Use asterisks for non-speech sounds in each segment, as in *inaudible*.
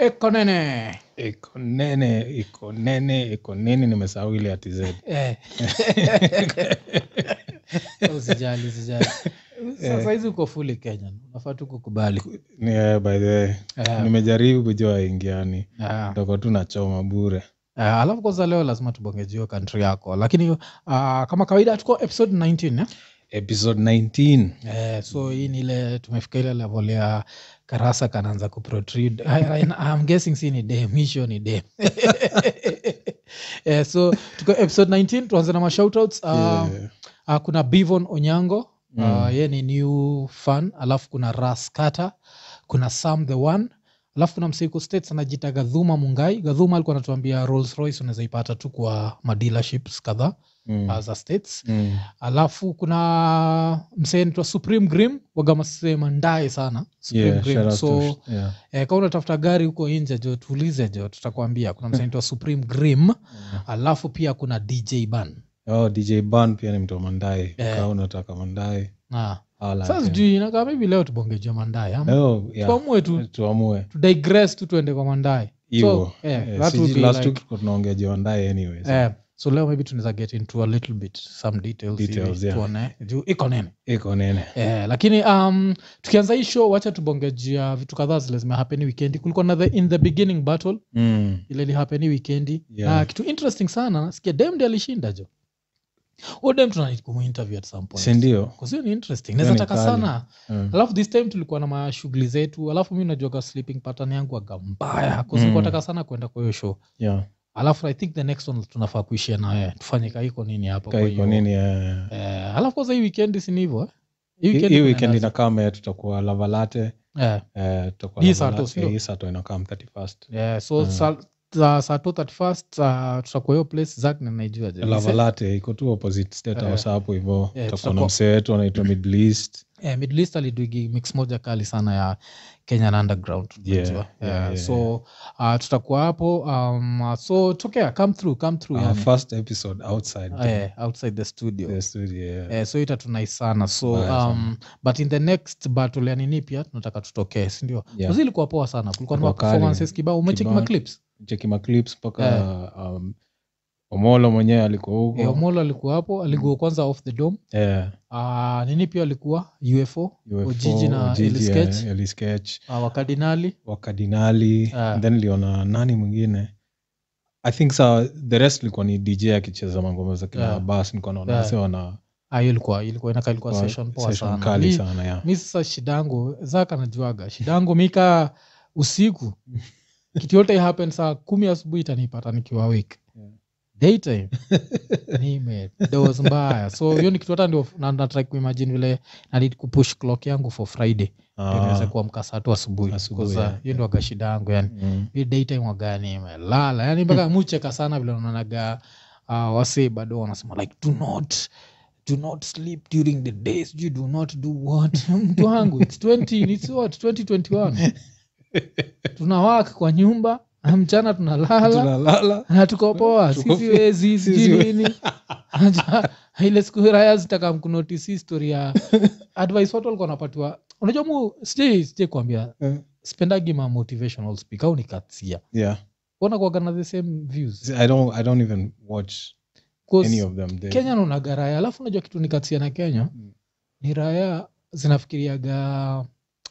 Ekonene. Ikonene, Ikonene, Ikonene, nimesahau ile ati Z. Eh. *laughs* Usijali, usijali. Sasa hizi uko fully Kenyan. Unafaa tu kukubali. Ni, eh, by the way, Eh, nimejaribu kujua ingiani eh. toko tu nachoma bure. Eh, alafu kwanza leo lazima tubongejio country yako lakini uh, kama kawaida tuko episode 19 eh? Episode 19 Eh, so hii ni ile tumefika ile level ya karasa kanaanza kuprotrude I- I- I'm guessing si ni dem hisho ni dem *laughs* eh, so tuko episode 19 tuanze na mashoutouts uh, Yeah. uh, kuna bivon onyango mm. Mm. uh, ye ni new fan alafu kuna raskata kuna sam the one alafu kuna msiko states anajita gadhuma mungai gadhuma alikuwa anatuambia rolls royce unaweza ipata tu kwa madealerships kadhaa Mm. mm. za states Mm. alafu kuna msee naitwa supreme grim wagamasema ndae sana Supreme Yeah, Grim. shout out so to- yeah. eh, kama unatafuta gari huko nje jo tuulize jo tutakwambia kuna msee naitwa supreme grim alafu pia kuna dj ban Oh, DJ Ban pia ni mtu wa Mandai. Eh. Kama unataka Mandai, ah. holla sasa at him. sijui inakaa maybe leo tubongejwa mandae ama Leo, yeah, tuamue tu tuamue. tudigress tu tuende kwa mandae Hivo. yeah, Eh, that sijui would be last like- week tulikuwa tunaongea juu ya Mandai anyway, so eh, so leo maybe tunaweza get into a little bit some details, hivi, Details, yeah. tuone juu iko nene Ikonene. Eh, lakini um, tukianza hii show wacha tubongejia vitu kadhaa zile zimehapeni wikendi kulikuwa na the in the beginning battle Mm. ile ilihapeni wikendi Yeah. na Ah, kitu interesting sana nasikia demd alishinda jo huyo dem tunanid kumuinterview at some point Si ndio? Kwa hiyo ni interesting Hiyo naweza ni taka Yaani kali. sana Mm. alafu this time tulikuwa na mashughuli zetu alafu mi najuaga sleeping pattern yangu aga mbaya Mm. kusikataka sana kwenda kwa hiyo show Yeah. alafu i think the next one tunafaa kuishia na wewe tufanye kaiko nini hapa kwa Kai hiyo. Ikonene, eh, eh, alafu kwanza hii weekend si ni hivyo eh? Hii- weekend hii kuna weekend nazi. inakaa me tutakuwa lavalate eh, eh, tutakuwa Hii Lava saa Latte, to, sio? hii saa to inakaa m 31st eh, so Mm. sa, sa, saa two thirty first uh, tutakuwa hiyo place zak nanaijua je. Ise- lavalate iko tu opposite state house hapo hivo tutakuwa na Eh. tutakuwa- msee *coughs* wetu anaitwa middle east eh, middle east alidwigi mix moja kali sana ya kenyan underground Yeah, unajua. yeah, Eh, yeah, so uh, tutakuwa hapo um, uh, so tokea come through come through our yani. first episode outside eh, outside the studio the studio yeah. Eh, so hii itatunai sana so Mbaya sana. um, but in the next battle ya nini pia tunataka tutokee sindio Yeah. yeah. ilikuwa poa sana kulikuwa na Ilikuwa kali. performances kibao umecheki Kibao. maclips cheki maclips mpaka Eh. um, omolo mwenyewe alikuwa huko eh, omolo alikuwa hapo alikuwa kwanza off the dome Eh, Ah, nini pia alikuwa ufo UFO, ojiji na Ojiji, eh, elisketch Eli Sketch, ah, wakardinali wakadinali Eh. then liona nani mwingine i think sa the rest ilikuwa ni dj akicheza mangoma za kina Eh. bas nikuwa naona Eh. wasee wana Ah, hiyo ilikuwa ilikuwa inakaa ilikuwa Kwa session poa session sana kali Mi- sana ya mi sasa shidangu zaka najuaga shidangu mika usiku kitu yote happen saa kumi asubuhi itanipata nikiwa wik Yeah. *laughs* daytime nimedos mbaya so hiyo ni kitu hata ndio na- natry kuimagine vile nadid kupush clock yangu for friday Ah, ndio niweze kuamka saa tu asubuhi Asubuhi, Because, uh, yeah. hiyo ndio aga shida yangu yani mm, mi daytime wagani imelala yani mpaka Hmm. mucheka sana vile unaonaga uh, wasee bado wanasema like do not do not sleep during the day sijui do not do what *laughs* mtu wangu its 20 its what *laughs* 2021 tunawak kwa nyumba na mchana tunalala tunalala na tuko poa Tuko sisi poa. wezi Sisi we- sijui nini *laughs* Acha, ile siku raya zitaka mkunotisi story *laughs* ya advice watu walikuwa wanapatiwa unajua mu sijai sijai kuambia Eh. spendagi ma motivational speaker au nikatsia yeah wanakuaga na the same views See, i don't i don't even watch any of them They- kenya naonaga raya alafu unajua kitu nikatia na kenya Mm. ni raya zinafikiriaga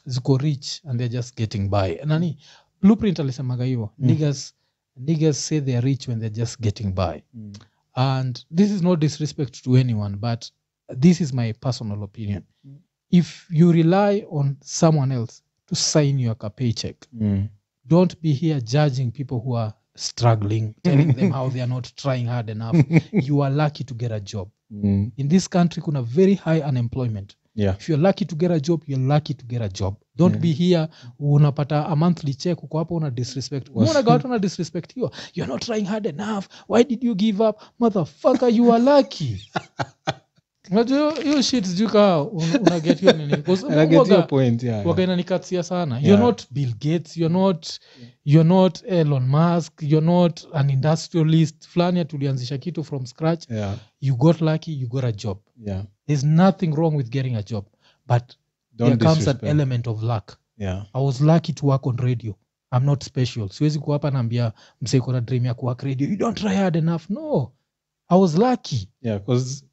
ziko rich and they're just getting by nani blueprint alisemaga hivo Mm. niggas niggas say they're rich when they're just getting by Mm, and this is no disrespect to anyone but this is my personal opinion Mm. if you rely on someone else to sign you a paycheck mm, don't be here judging people who are struggling telling them how they are not trying hard enough you are lucky to get a job mm, in this country kuna very high unemployment yeah if you're lucky to get a job you're lucky to get a job don't Yeah. be here unapata a monthly check uko hapo una disrespect Was- unaga watu una disrespect hiyo you're not trying hard enough why did you give up motherfucker you are *laughs* lucky unajua hiyo- hiyo shit sijui kaa un- unaget hiyo nini *laughs* 'Cause And I get huwaga- your point yeah, yeah. wakainanikatia sana Yeah. you're not bill gates you're not you're not elon musk you're not an industrialist fulani tulianzisha kitu from scratch yeah you got lucky you got a job yeah there's nothing wrong with getting a job but don't there comes an disrespect. element of luck yeah i was lucky to work on radio I'm not special siwezi kuwa hapa naambia msee kona dream ya kuwork radio you don't try hard enough no i was lucky yeah, 'cause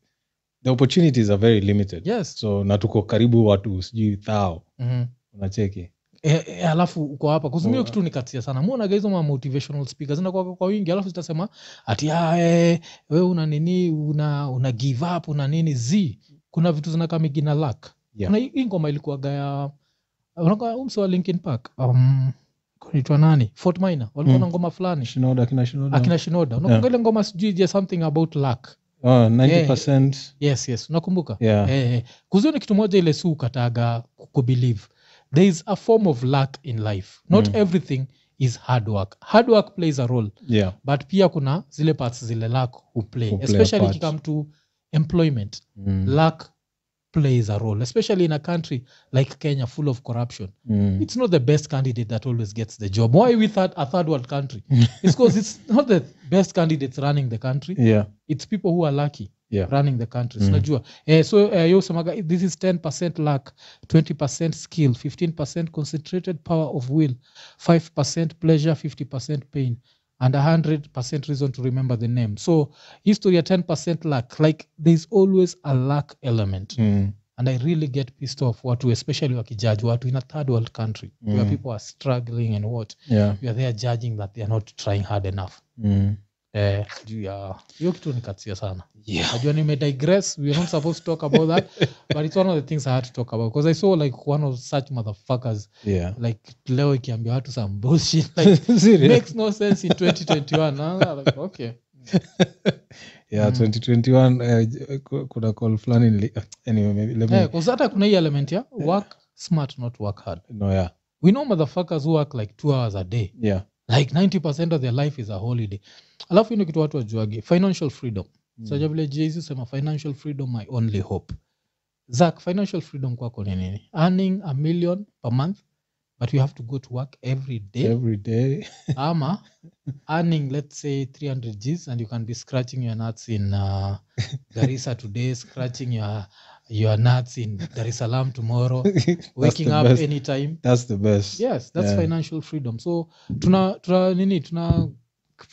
the opportunities are very limited yes so na tuko karibu watu sijui thao mm-hmm. unacheki e, e, alafu uko hapa kusumio Oh. kitu nikatia sana muonaga hizo ma motivational speakers zinakuwa kwa wingi alafu zitasema ati "Ah, eh, wewe una nini una, una give up una nini z kuna vitu zinakamigi na lak Yeah. kuna hii hii ngoma ah, ilikuwaga ya unakuwa umse wa linkin park um, kunaitwa nani fort minor walikuwa Mm. na ngoma fulani Shinoda, kina Shinoda. akina shinoda unakumbuka ile ngoma sijui je something about luck Ah, 90% yes yes unakumbuka yeah. eh, eh. kuzio ni kitu moja ile si ukataga kubelieve there is a form of luck in life not Mm. everything is hard work hard work plays a role Yeah. but pia kuna zile parts zile luck huplay Huplay a especially part. kikam to employment Mm. luck plays a role especially in a country like kenya full of corruption Mm. it's not the best candidate that always gets the job why we third, a third world *laughs* country it's because it's not the best candidates running the country yeah it's people who are lucky Yeah. running the country Mm. sinajua eh, so eh, yo semaga this is 10 luck 20 skill 15 concentrated power of will 5 pleasure 50 pain and 100 reason to remember the name so history ya 10 luck like there's always a luck element Mm. and i really get pissed off watu especially wakijaji watu in a third world country where Mm. people are struggling and what yeah you are there judging that they are not trying hard enough Mm. eh, juu ya hiyo kitu nikatia sana yeah najua nimedigress we are not supposed to talk about that but it's one of the things i had to talk about because i saw like one of such motherfuckers yeah like leo ikiambia watu some bullshit like *laughs* Serious? makes no sense in 2021 Ah, like, okay yeah Mm. 2021 eh, j- ku- kuna call fulani nili- ah, *laughs* anyway maybe let me Eh, 'cause hata kuna hii element ya work smart not work hard no yeah we know motherfuckers who work like two hours a day yeah like 90 of their life is a holiday alafu hii ni kitu watu wajuage financial freedom Mm. saja vile jz sema financial freedom my only hope zak financial freedom kwako ni nini earning a million per month but you have to go to work every day every day ama earning let's say 300 gs and you can be scratching your nuts in uh, garissa today scratching your, your nuts in dar es salaam tomorrow *laughs* That's waking the up best. anytime that's the best yes that's Yeah. financial freedom so tuna tuna nini tuna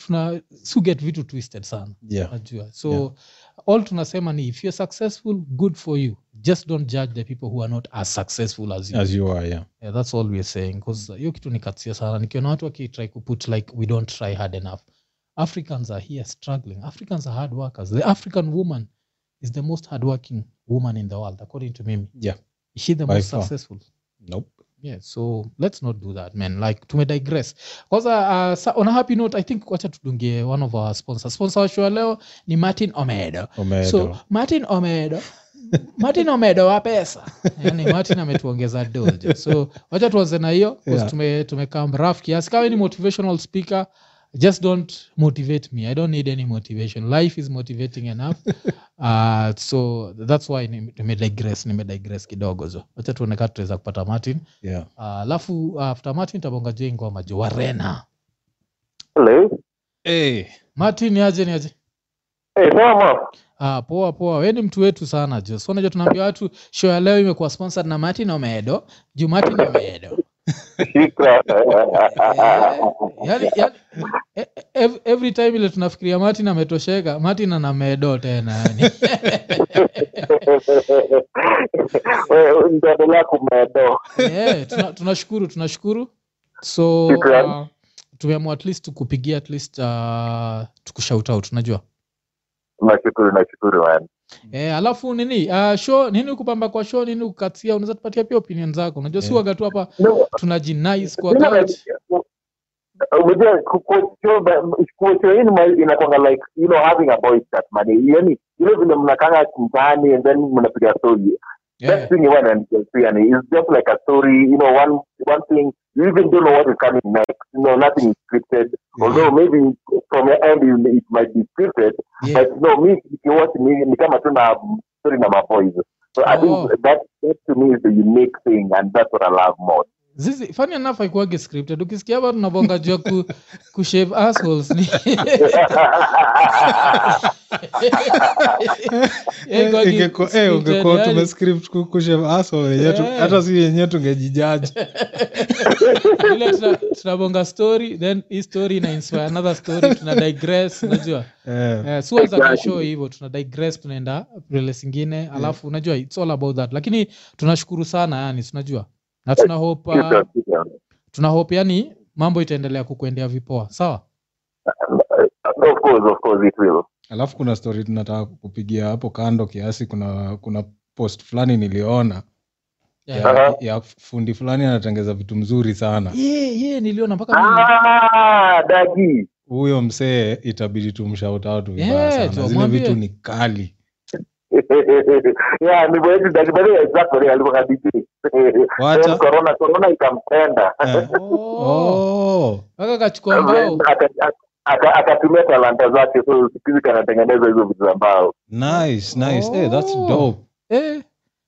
tuna su get vitu twisted sana yeah najua so Yeah. all tunasema ni if you're successful good for you just don't judge the people who are not as successful as you as you are yeah yeah, that's all we're saying bcause hiyo kitu nikatsia sana nikiona watu wakitry kuput like we don't try hard enough africans are here struggling africans are hard workers the african woman is the most hardworking woman in the world according to mimi Yeah. is she the By most far. successful nope yeah so let's not do that man like tumedigress kwanza uh, sa- on a happy note i think wacha tudungie one of our sponsors sponsor wa show leo ni martin omedo Omedo. so martin omedo martin omedo wa pesa yani Yaani, martin ametuongeza dojo so wacha tuanze na hiyo 'cause Yeah. tume tumekam raf kiasi kawa ni motivational speaker just don't motivate me i don't need any motivation life is motivating *laughs* enough uh, so that's why ni- nimedigress nimedigress kidogo so wacha tuone kaa tutaweza kupata martin yeah Ah, alafu uh, after martin tabonga jo hii ngoma jo warena Hello. hey martin aje ni aje Hey, mama. Ah, poa poa we ni mtu wetu sana jo so unajua tunaambia watu show ya leo imekuwa sponsored na martin omedo juu martin omedo Shukra. Eh, yani, yani, eh, ev- every time ile tunafikiria martin ametosheka martin ana medo tena yani *laughs* Wewe unaendelea kumedo. yeah, Eh, tuna- tunashukuru tunashukuru so Shukran. uh, tumeamua at least tukupigia at least uh, tukushout out unajua Nashukuru, nashukuru man. e, alafu nini uh, show nini kupamba kwa show nini kukatia unaweza tupatia pia opinion zako unajua si Yeah. waga tu hapa No, tunajinais kwa mimi couch na- Unajua ku- kuocho ba- kuocho hii ni ma- inakwanga like you know having a boy chat man. Yaani ile vile mnakanga mtaani and then mnapiga story. yeah. That thing you want and you see and it's just like a story, you know one one thing you even don't know what is coming next. You know nothing is scripted. Although maybe from your end it- it might be scripted. yeah. but no mi nikiwatch ni, ni kama tu na story na maboys so i Oh. think that, that to me is the unique thing and that's what i love most zizi funny enough haikuwagi scripted ukisikia bado nabonga jua ku, kushave assholes *laughs* ni Haikuwagi Ingekuwa- eh, scripted, ungekuwa yaani. tumescript ku- kushe aso wenyewe tu- Eh. hata si wenyewe *laughs* tungejijaji *laughs* Ile tuna- tunabonga story then hii story ina inspire another story tuna digress unajua Eh, Eh, si waza Exactly. kashow hivyo tuna digress tunaenda pele zingine alafu unajua it's all about that lakini tunashukuru sana yani tunajua na tuna hope uh, Sure, sure. tuna hope yani mambo itaendelea kukuendea vipoa sawa Of course, of course, it will. alafu kuna story tunataka kupigia hapo kando kiasi kuna kuna post fulani niliona yeah. ya, yeah. Aha. ya fundi fulani anatengeza vitu mzuri sana yeah, yeah, niliona mpaka mimi. Ah, Dagi. huyo msee itabidi tumshautatu vibaya Yeah, sana zile tuwamwambie. vitu ni kali yeah, ndio hiyo Dagi bado exactly alivyohadithi. wacha Corona corona ikampenda. eh. Oh, oh. mpaka kachukua mbao Aka- aka- aka- Akatumia talanta zake so siku hizi kanatengeneza hizo vitu za mbao. nice nice Eh, that's Oh. dope eh,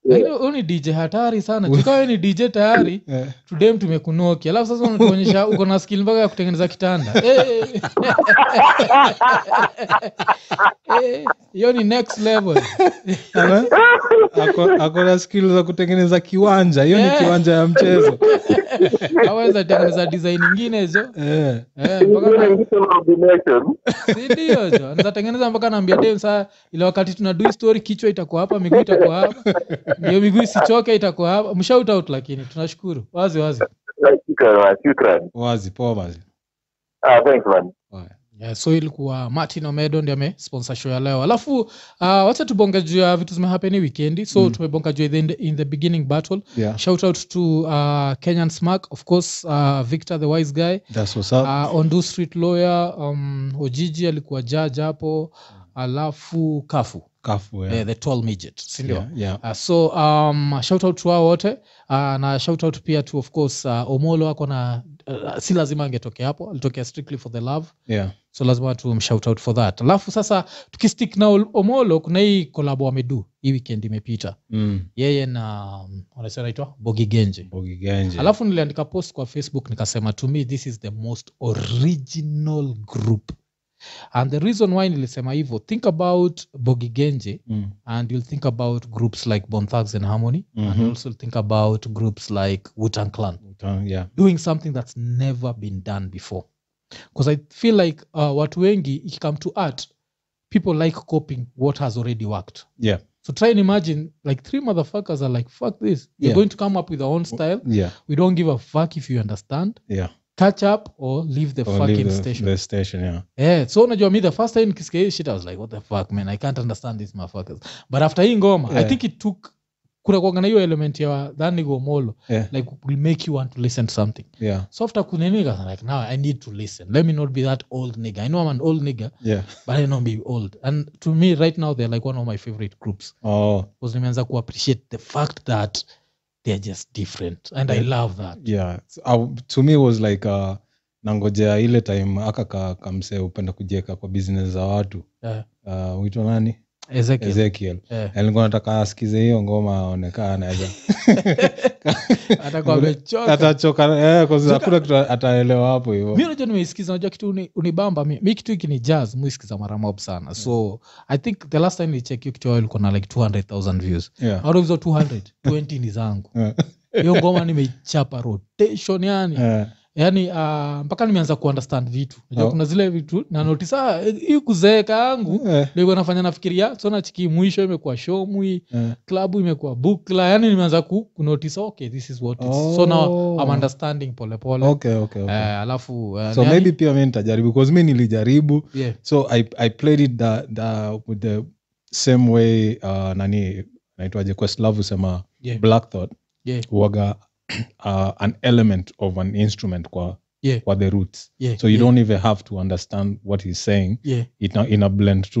Yeah. lakini huyu ni dj hatari sana tukawe ni dj tayari eh. tudem tumekunoki alafu sasa unatuonyesha uko na skill mpaka ya kutengeneza kitanda Eh. *laughs* Eh, hiyo ni next level Ana- ako- ako na skill za kutengeneza kiwanja hiyo Yeah. ni kiwanja ya mchezo aweza tengeneza design ingine hizo eh. Eh, mpaka Hiyo na- ni kitu la combination. sindio jo nizatengeneza mpaka naambia dem saa ile wakati tunadu hii story kichwa itakuwa hapa miguu itakuwa hapa ndio miguu isichoke itakuwa hapa mshout out lakini tunashukuru wazi wazi Like, uh, Shukran, man, shukran. wazi poa basi Ah, thanks man. Haya. Yeah, so ilikuwa martin omedo ndi amesponsor show ya leo alafu uh, wacha tubonge juu ya vitu zimehapeni wikendi so Mm. tumebonga juu ya the- in the beginning battle yeah. shout out to uh, kenyan smack of course uh, victor the wise guy That's what's up. uh, ondu street lawyer um, ojiji alikuwa judge hapo alafu kafu Kafu, yeah. eh, the tall midget sindio Yeah, yeah. Uh, so um, shout out to wao wote uh, na shout out pia to of course uh, omolo ako na uh, si lazima angetokea hapo alitokea strictly for the love Yeah. so lazima tu shout out for that alafu sasa tukistick na Ol- omolo kuna hii kolabo wamedu hii weekend imepita Mm. yeye na um, wanasema naitwa bogi genje Bogi Genje. alafu niliandika post kwa facebook nikasema to me this is the most original group and the reason why nilisema hivyo think about bogi genje Mm. and you'll think about groups like Bone Thugs and Harmony, and Mhm. you also think about groups like Wu Tang Clan Uta- yeah. doing something that's never been done before. Because I feel like uh, watu wengi, it come to art, people like copying what has already worked. Yeah. So try and imagine like three motherfuckers are like, fuck this. You're Yeah. going to come up with our own style. Yeah. We don't give a fuck if you understand. Yeah. Catch up or leave the Or fucking leave the- station. the station, yeah. Yeah, so unajua me the first time nikisikia hii shit i was like what the fuck man i can't understand these motherfuckers but after hii ngoma i Yeah. think it took kuna kuanga na hiyo element ya dhani gomolo Yeah. like will make you want to listen to something Yeah. so after kuneniga like now i need to listen let me not be that old nigga i know i'm an old nigga Yeah. but i don't be old and to me right now they're like one of my favorite groups Oh, because nimeanza ku appreciate the fact that they're just different and i Yeah. love that yeah. So, I- to me it was like uh, nangojea ile time aka ka, kamsee upenda kujieka kwa business za watu Yeah. uh, wito nani Ezekiel. ezekiel Yeah. alikuwa nataka asikize hiyo ngoma *laughs* aonekana anaweza *laughs* atakuwa amechoka. atachoka eh, 'cause hakuna kitu ataelewa hapo hivo mi unajua nimeisikiza unajua kitu uni- unibamba mi mi kitu hiki ni jazz muisikiza mara mob sana so i think the last time nicheck hiyo kitu yao ilikuwa na like 200000 views yeah. out of hizo 200 20 ni zangu Yeah. hiyo ngoma nimeichapa rotation yani Eh, yani uh, mpaka nimeanza kuunderstand vitu najua Oh. kuna zile vitu na notisa hii kuzeeka yangu eh, ndio nafanya nafikiria so nachiki mwisho imekuwa shomwi eh. klabu imekuwa bukla yani nimeanza ku kunotisa okay this is what it is. so now Oh. i'm understanding polepole pole. okay okay, okay. Eh, alafu uh, so maybe pia mi nitajaribu bcause mi nilijaribu yeah. so i, I played it the, the, with the same way uh, nani naitwaje questlove husema Yeah. black thought Yeah. huwaga *clears throat* uh, an element of an instrument kwa, Yeah. kwa the roots yeah, so you yeah, don't even have to understand what he's saying yeah, it, in a blend to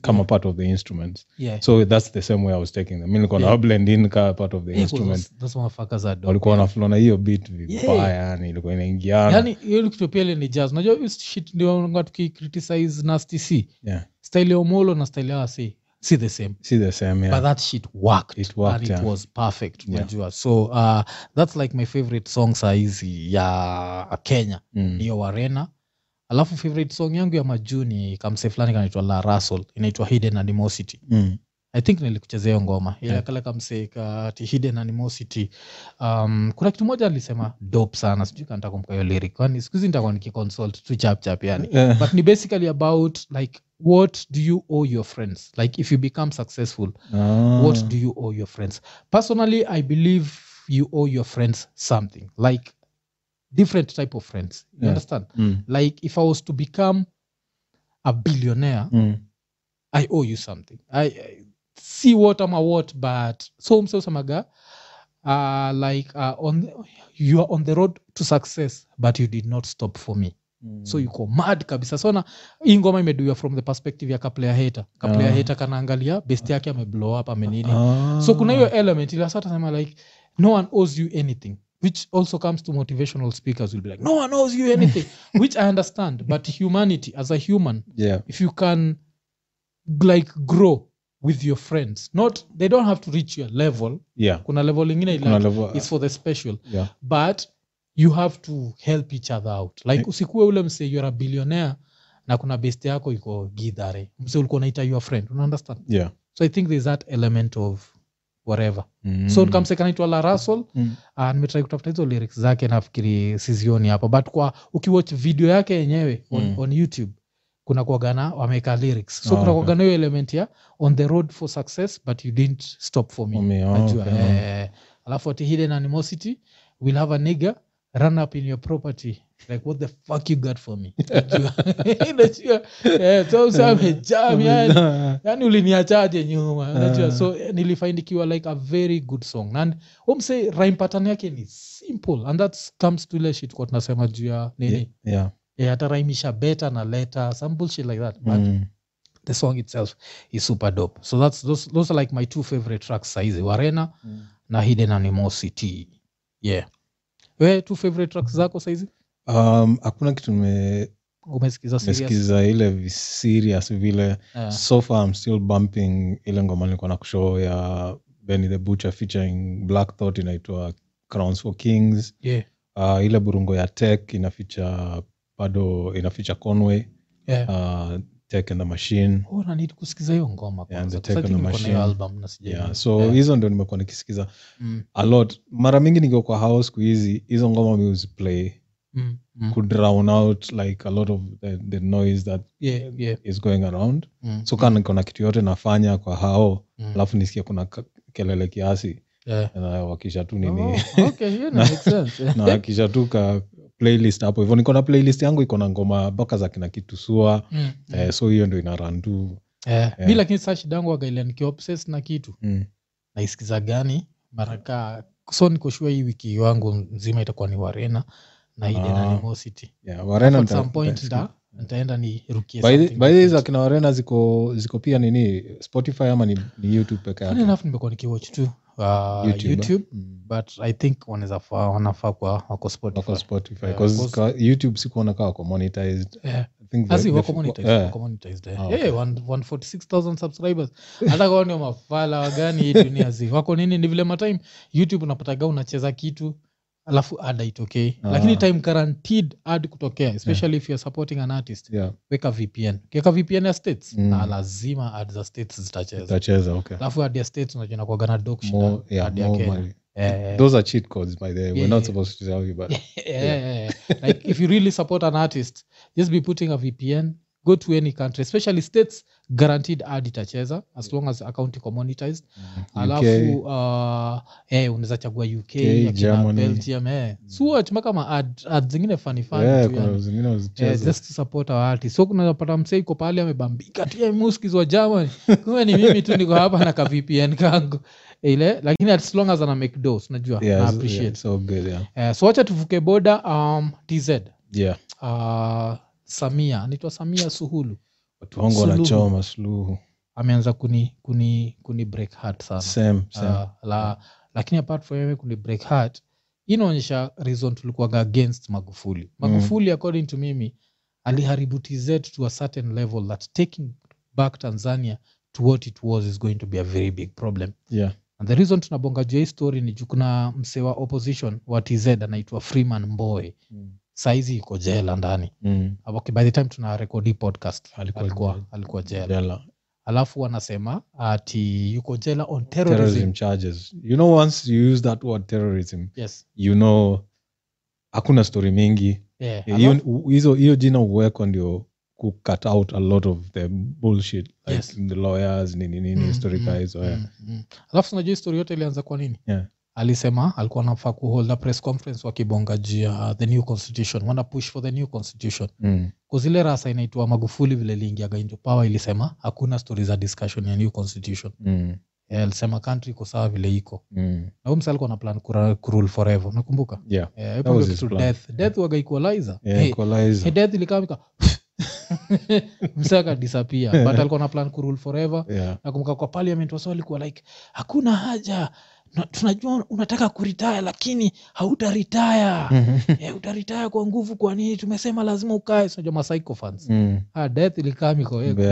come Yeah. a part of the instrument yeah. so that's the same way i was taking them mi nilikuwa Yeah. na blend in ka part of the Yeah, 'cause instrument those- those motherfuckers are dope, walikuwa yeah. wanaflona hiyo bit Yeah. vibaya yani ilikuwa inaingiana Yaani, hiyo kitu pia ile ni jazz unajua hiyo shit ndio tuki criticize nasty c Yeah. style ya omolo na style ya wasi see the same si the same but yeah. that shit worked, It worked, and it yeah. was perfect Yeah. unajua so uh, that's like my favorite song saa hizi ya kenya mm. niyo warena alafu favorite song yangu ya majuu ni kamse fulani kanaitwa la russell inaitwa hidden animosity Mm. i think nilikuchezea hiyo ngoma ile Yeah. kale kamse kati hidden animosity um, kuna kitu moja alisema dope sana sijui kanita kumbuka hiyo lyric kwani siku hizi nitakuwa nikiconsult tu chapchap yani Eh, but ni basically about like what do you owe your friends like if you become successful ah. what do you owe your friends personally i believe you owe your friends something like different type of friends you Yeah. understand Mm. like if i was to become a billionaire Mm. i owe you something i, I see what i'm a what but so msosamaga uh, like uh, on you are on the road to success but you did not stop for me so Mm. yuko mad kabisa sona hii ngoma imeduiwa from the perspective ya kaplayer hater kaplayer Ah. hater kanaangalia best yake ameblow up amenini ah. so kuna hiyo element ile hasa tasema like no one owes you anything which also comes to motivational speakers will be like no one owes you *laughs* anything which i understand but humanity as a human yeah. if you can like grow with your friends not they don't have to reach your level Yeah. kuna level ingine Kuna ile level, is for the special yeah. but you have to help each other out like Eh. usikuwe ule mse youare a billionaire na kuna best yako iko gidhare mse ulikuwa unaita your friend una understand Yeah. so i think there's that element of whatever so kamsekanaitwa la rasol Mm. uh, nimetrai kutafuta hizo lyrics zake nafikiri sizioni hapa but kwa ukiwatch video yake yenyewe on, Mm. on youtube kuna kuagana wameweka lyrics so Ah, kuna okay. kuagana hiyo element ya on the road for success but you didn't stop for me For me, oh, Najua, okay. eh, alafu ati hidden animosity will have a nigger run up in your property like what the fuck you got for *laughs* me Najua. *laughs* Najua, eh, so samejam Mm. yani yani Yaani uliniachaje nyuma unajua Ah. so eh, nilifaindikiwa like a very good song and omse raimpatan yake ni simple and that comes to ile shit kwa tunasema juu ya nini Eh, Yeah. yeah. Yeah. yeah, ataraimisha beta na leta some bullshit like that but Mm. the song itself is super dope so that's those, those are like my two favorite tracks saizi warena Mm. na hidden animosity yeah we two favorite tracks zako saizi Um, hakuna kitu nime- umesikiza serious nimesikiza ile vi- serious vile yeah. so far I'm still bumping ile ngoma nilikuwa na kushow ya Benny the Butcher featuring Black Thought inaitwa Crowns for Kings. yeah Uh, ile burungo ya Tech inaficha bado inaficha Conway, Eh, yeah uh, Tech and the Machine. Oh, na need kusikiza hiyo ngoma Yeah, kwanza, the 'cause I Take on think the niko na hiyo Machine. album na sijai- Yeah, so Yeah. hizo ndio nimekuwa nikisikiza Mm, a lot. Mara mingi nikiwa kwa house siku hizi hizo ngoma mi huziplay mm, mm. ku drown out like a lot of the, the noise that Yeah, yeah, is going around. mm, So kana niko na kitu yote nafanya kwa hao, mm. alafu nisikie kuna ka- kelele kiasi Yeah. nawakisha tu uh, nini Oh, okay, yeah, no, makes sense. Yeah. *laughs* nawakisha tu ka playlist hapo hivyo niko na playlist yangu iko na ngoma mpaka za kina kitusua Mm, mm. eh, so hiyo ndio ina run tu Eh, yeah. mi lakini saa shida yangu wagaile nikiwa obsessed na kitu mm. naisikiza gani maraka so nikoshua hii wiki wangu nzima itakuwa ni warena na hidden Ah. animosity yeah, warena At nita- some point nitasikia. nita- nitaenda nirukie By the- something by the way, za different. kina warena ziko ziko pia nini spotify ama ni, ni youtube peke Funny yake enough nimekuwa nikiwatch tu uh, YouTube, youtube Mm. but i think wanaweza faa- wanafaa kwa wako wako spotify spotify Yeah, 'cause because- ka- youtube sikuona kaa wako monetized Eh. I think the- Asi, the- wako monetized, yeah. wako monetized, eh. Ah, Yeah, okay. one- 146,000 subscribers hata kawa ni mafala wagani hii *laughs* dunia zi wako nini ni vile matime youtube unapataga unacheza kitu alafu ada itokei Ah. lakini time guaranteed ad kutokea especially if you're supporting an artist Yeah, weka vpn ukiweka vpn ya states Mm. na lazima ad za states zitacheza utacheza okay alafu ad ya states unajua inakuwaga na dog shida, more, yeah, ad ya more Kenya. money. Eh, those are cheat codes by the way we're Yeah, not yeah. supposed to tell you but *laughs* yeah. like if you really support an artist just be putting a vpn go to any country especially states guaranteed ad itacheza as long as account iko monetized alafu UK, uh, eh, unaweza chagua uk UK, akina Germany. Mm. belgium eh. suach makama ad, ad zingine fanifani yeah, kuna zingine Yeah, uzicheza. Eh, just to support our artist so kunapata msee iko pahali amebambika tu "Yeah, muskies wa germany kumbe ni mimi tu niko hapa na ka vpn kangu ile lakini as long as ana make dos najua Yeah, na so- appreciate yeah, so good, yeah. Eh, so wacha tuvuke boda um, tz Yeah, uh, samia anaitwa samia suhulu watu wangu Suluhu. wanachoma suluhu ameanza kuni kuni kuni break heart sana Same, same. uh, la, lakini apart from yeye kuni break heart hii inaonyesha reason tulikuwaga against magufuli magufuli according to mimi aliharibu tz to a certain level that taking back tanzania to what it was is going to be a very big problem yeah and the reason tunabonga juu ya hii story ni juu kuna msee wa opposition wa tz anaitwa freeman mboe Mm. saizi iko jela ndani Mm. Ah, okay, by the time tuna rekodi podcast Alikuwa alikuwa, jela. alikuwa jela Jela. alafu wanasema ati yuko jela on terrorism, terrorism charges you know once you use that word terrorism Yes. you know hakuna story mingi Yeah. hiyo Alafu- hizo- hiyo jina uweko ndio ku cut out a lot of the bullshit like Yes. the lawyers nini nini Mm, historica mm, hizo oh, yeah. mm, mm. alafu unajua hii story yote ilianza kwa nini Yeah. alisema alikuwa anafaa kuhold a press conference wakibonga juu ya the new constitution wana push for the new constitution Mm. kuzile rasa inaitwa magufuli vile liingiaga into power ilisema hakuna story za discussion ya new constitution Mm. Eh, alisema country iko sawa vile iko Mm. na huyu msa alikuwa na plan kura- kurule forever nakumbuka yeah Eh, That was hapo his kitu plan. death death waga equalizer yeah Hey, equalizer. Hey, death *laughs* ilikamika msaka disappear *laughs* but alikuwa na plan kurule forever yeah nakumbuka kwa parliament wasa walikuwa like hakuna haja na, tunajua unataka kuritaya lakini *laughs* hautaritaya Mm, e, utaritaya kwa nguvu kwa nini tumesema lazima ukae sinajua masycophans Mm. ah, death ilikamiko e, Yeah, kuja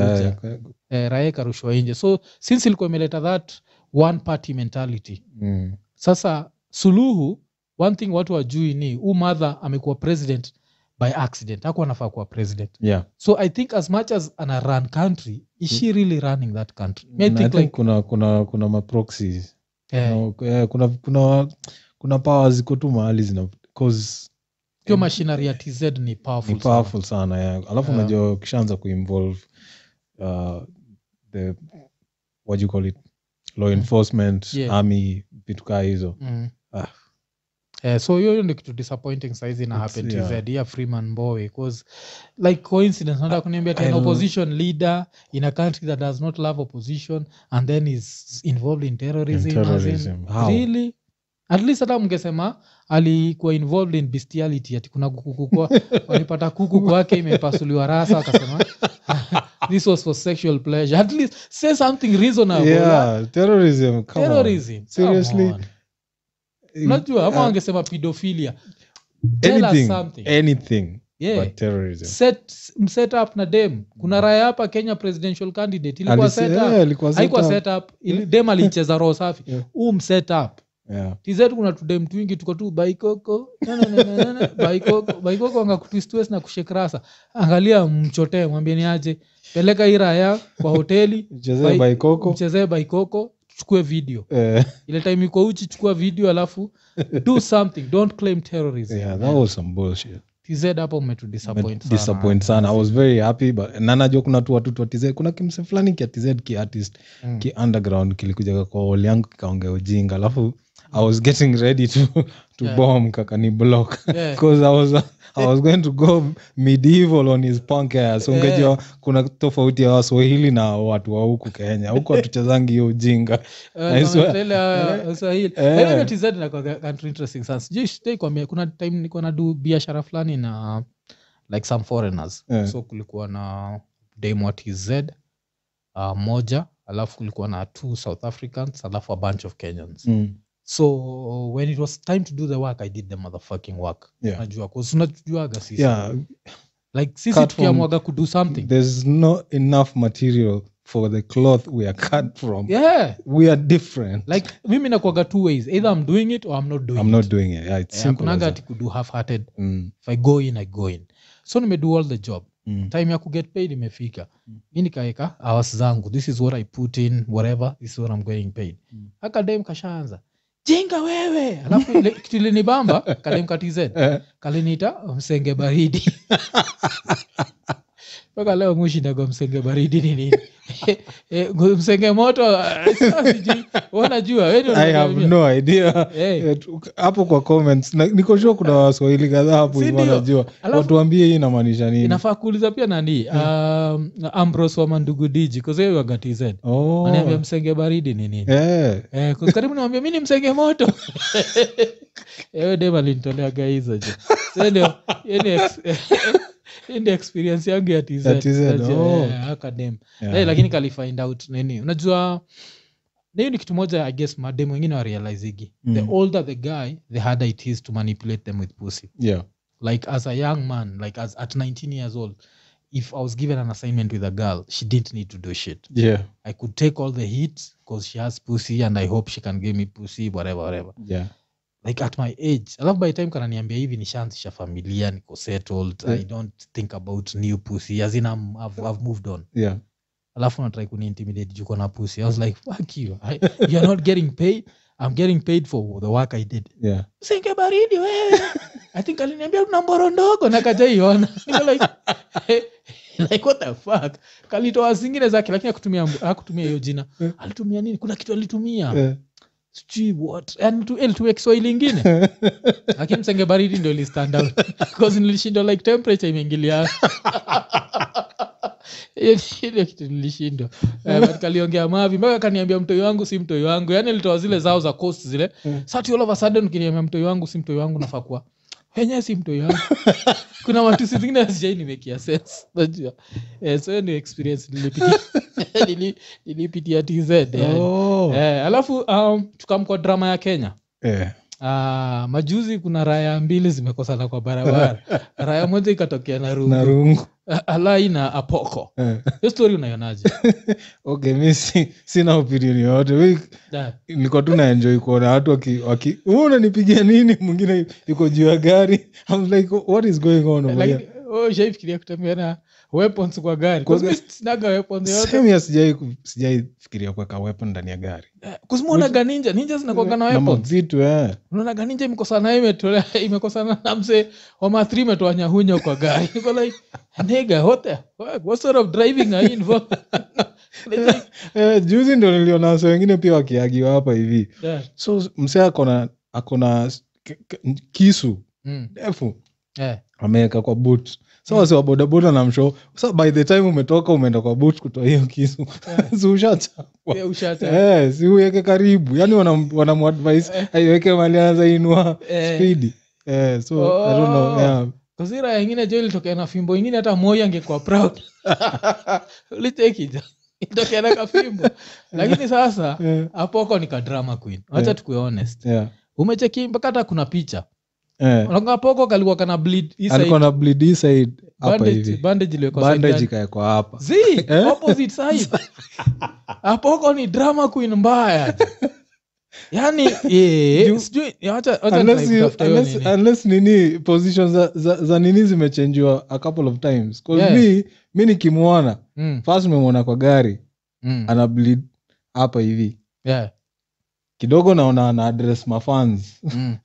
yeah. e, raia karushwa nje so since ilikuwa imeleta that one party mentality Mm. sasa suluhu one thing watu wajui ni huu madha amekuwa president by accident hakuwa anafaa kuwa president yeah so i think as much as ana run country is she really running that country May I Na Mm. I think think like, kuna kuna kuna maproxies eh, No, k- eh, kuna kuna kuna power ziko tu mahali zina cause hiyo eh, mashinari ya tz ni powerful ni powerful sana yeah. alafu Yeah. unajua ukishaanza kuinvolve uh, the what do you call it law enforcement Hmm. Yeah. army vitu kaa hizo sana. Mm. Ah. Eh, so hiyo hiyo ndio kitu disappointing saizi na It's- happen yeah. Ah, tz ya freeman mbowe cause like coincidence nataka kuniambia tena I- opposition leader in a country that does not love opposition and then is involved in terrorism, In As in, terrorism. How? really at least hata mngesema alikuwa involved in bestiality ati kuna kuku kukua walipata kuku kwake imepasuliwa rasa akasema *laughs* this was for sexual pleasure at least say something reasonable yeah terrorism come on. terrorism Seriously? Come on. unajua ama Uh, wangesema pedophilia Tell us anything something. anything Yeah. but terrorism set, set up na dem kuna raya hapa kenya presidential candidate ilikuwa Alisi- set yeah, up ilikuwa haikuwa set up. set up Ili- dem alicheza roho safi Yeah. um set up Yeah. tz kuna tudem twingi tuko tu baikoko nananana, baikoko baikoko anga kutwistwes na kushekrasa angalia mchotee mwambieni aje peleka hii raya kwa hoteli Chezea Bai- baikoko mchezee baikoko chukue video Eh, ile time iko uchi chukua video alafu do something don't claim terrorism yeah, that was some bullshit tz hapo mmetudisappoint sana. disappoint sana i was very happy but na najua kuna tu watoto wa tz kuna kimse fulani kia tz ki artist Mm. ki underground kilikujaga kwa hall yangu kikaongea ujinga alafu i was getting ready to, to Yeah. bomb kakani *laughs* block Mm. Yeah. because I was, I was going to go medieval on his punk ass Yeah. ungejua kuna tofauti ya waswahili na watu wa huku kenya huku hatuchezangi hiyo ujinga Eh, I swear. tele ya Waswahili. *laughs* Eh. By the way, TZ inakuwaga country interesting sana sijui sitaki kuambia, kuna time nilikuwa nadu biashara fulani na like some foreigners Eh. so kulikuwa na demu wa tz uh, moja alafu kulikuwa na two south africans alafu a bunch of kenyans mm. so when it was time to do the work i did the motherfucking work yeah. najua unajuaga sisi Yeah, like sisi Cut tukiamwaga kudo something there's no enough material for the cloth we are cut from yeah we are different like mimi nakuaga two ways either i'm doing it or i'm not doing I'm it. not doing it. Yeah, it's Eh, simple. hakunaga as ati kudo half hearted that. Mm, *laughs* if i go in i go in so nimedo all the job mm, time ya kuget paid imefika Mm. mi nikaeka hours zangu this is what i put in whatever this is what i'm getting paid Mm. akadem kashaanza jinga wewe alafu *laughs* ile- kitu ilinibamba kadem katiz Eh. kaliniita msenge *laughs* baridi mpaka leo mushindaga msenge baridi ni nini *laughs* Eh, msenge moto *laughs* ah, sasa sijui. Wewe unajua wewe ndio I have unaniambia. no idea. Eh. Eh, tu- hapo kwa comments na- niko sure kuna waswahili kadhaa hapo Si hivyo ndio? wanajua Alafu- watuambie hii inamaanisha nini inafaa kuuliza pia nani Mm. um, ambros wa mandugu diji kozewagatz Oh. anaambia msenge baridi ni nini Eh, Eh, 'cause karibu nawambia mi ni msenge moto *laughs* ewe dem alinitoleaga hizo jo So ndio, hiyo ni ex- hiyo ndio experience yangu ya tz Ya TZ, Najua, oh. eh, haka dem yeah. Eh, lakini kalifind out nini unajua na hiyo ni kitu moja i guess madem wengine warealizigi the Mm. older the guy the harder it is to manipulate them with pussy Yeah. like as a young man like as at 19 years old if i was given an assignment with a girl she didn't need to do shit yeah i could take all the hits because she has pussy and i hope she can give me pussy whatever whatever yeah like at my age alafu by the time kananiambia hivi nishaanzisha familia niko settled Yeah. i don't think about new pussy as in I'm, I've, I've moved on yeah alafu natrai kuniintimidate juko na pussy i was like fuck you I, you're not getting paid i'm getting paid for the work i did yeah senge baridi wewe i think aliniambia kuna mboro ndogo na kajaiona *laughs* You know, like, eh, like what the fuck kalitoa zingine zake lakini akutumia akutumia hiyo jina Yeah. alitumia nini kuna kitu alitumia yeah sijui what yani tu alitumia kiswahili ingine lakini msenge baridi ndio li stand out because nilishindwa like temperature imeingiliana Hiyo ndio kitu nilishindwa Eh, but kaliongea mavi mpaka kaniambia mtoi wangu si mtoi wangu yani litoa zile zao za coast zile Mm. sati all of a sudden kiniambia mtoi wangu si mtoi wangu nafaa kuwa wenyewe si mtoi wangu kuna matusi zingine hazijai nimekia sense najua eh, so hiyo ndio experience nilipitia *laughs* Nili- nilipitia tz yani. oh eh, alafu um, tukamkwa drama ya kenya yeah Ah, majuzi kuna raya mbili zimekosana kwa *laughs* barabara raya moja ikatokea na rungu narungu A- alai na apoko Eh. hiyo stori *laughs* unaionaje okay mi si- sina opinion yoyote Mi- Da. nilikuwa tu naenjoi kuona watu waki- waki "Wewe unanipigia nini mwingine yuko juu ya gari I'm like what is going on over here?" lakini oh, shaifikiria kutembea na weapons kwa gari Kwa Kwa sababu mimi sinaga weapons yote Same ya sijai ku- sijai fikiria kuweka weapon ndani ya gari Eh, kusimuonaga ninja ninja zinakuaga na Na weapons mavitu eh. unaonaga ninja imekosana imetolea imekosana na mzee wa mathri imetoa nyahunyo kwa gari Niko like nigga what the fuck? what sort of driving are you involved *laughs* Like, *laughs* Eh, juzi ndio niliona wase wengine pia wakiagiwa hapa hivi yeah. so msee akona akona s- k- k- kisu Mm. ndefu Yeah. ameweka kwa boot so Hmm. wasi wa bodaboda na msho so by the time umetoka umeenda kwa boot kutoa hiyo kisu Yeah. *laughs* si ushachapwa Yeah, ushata Eh, si uweke karibu Yaani yani wanamadvise aiweke mali anazainua Eh. spidi Eh, so I don't know, Oh. yeah. kasira ingine jo ilitokea na fimbo ingine hata moi angekuwa *laughs* proud *laughs* ulitekija itokea na kafimbo *laughs* lakini sasa Eh, apoko ni kadrama queen wacha Yeah. tukue honest yeah. umecheki mpaka hata kuna picha Eh, unaona apoko kalikuwa kana bleed hii side, alikuwa na bleed hii side hapa bandage- hivi bandage iliwekwa side bandage gani. ikawekwa hapa Zii, Eh? opposite *laughs* side apoko ni drama queen mbaya yani Juu- sijui wacha wacha Unless nitafute you- hiyo unless- nini. unless nini position za, za, za nini zimechenjiwa a couple of times 'Cause Yeah. mi mi nikimwona Mm, first nimemwona kwa gari mm, ana bleed hapa hivi yeah, kidogo naona ana address mafans mm.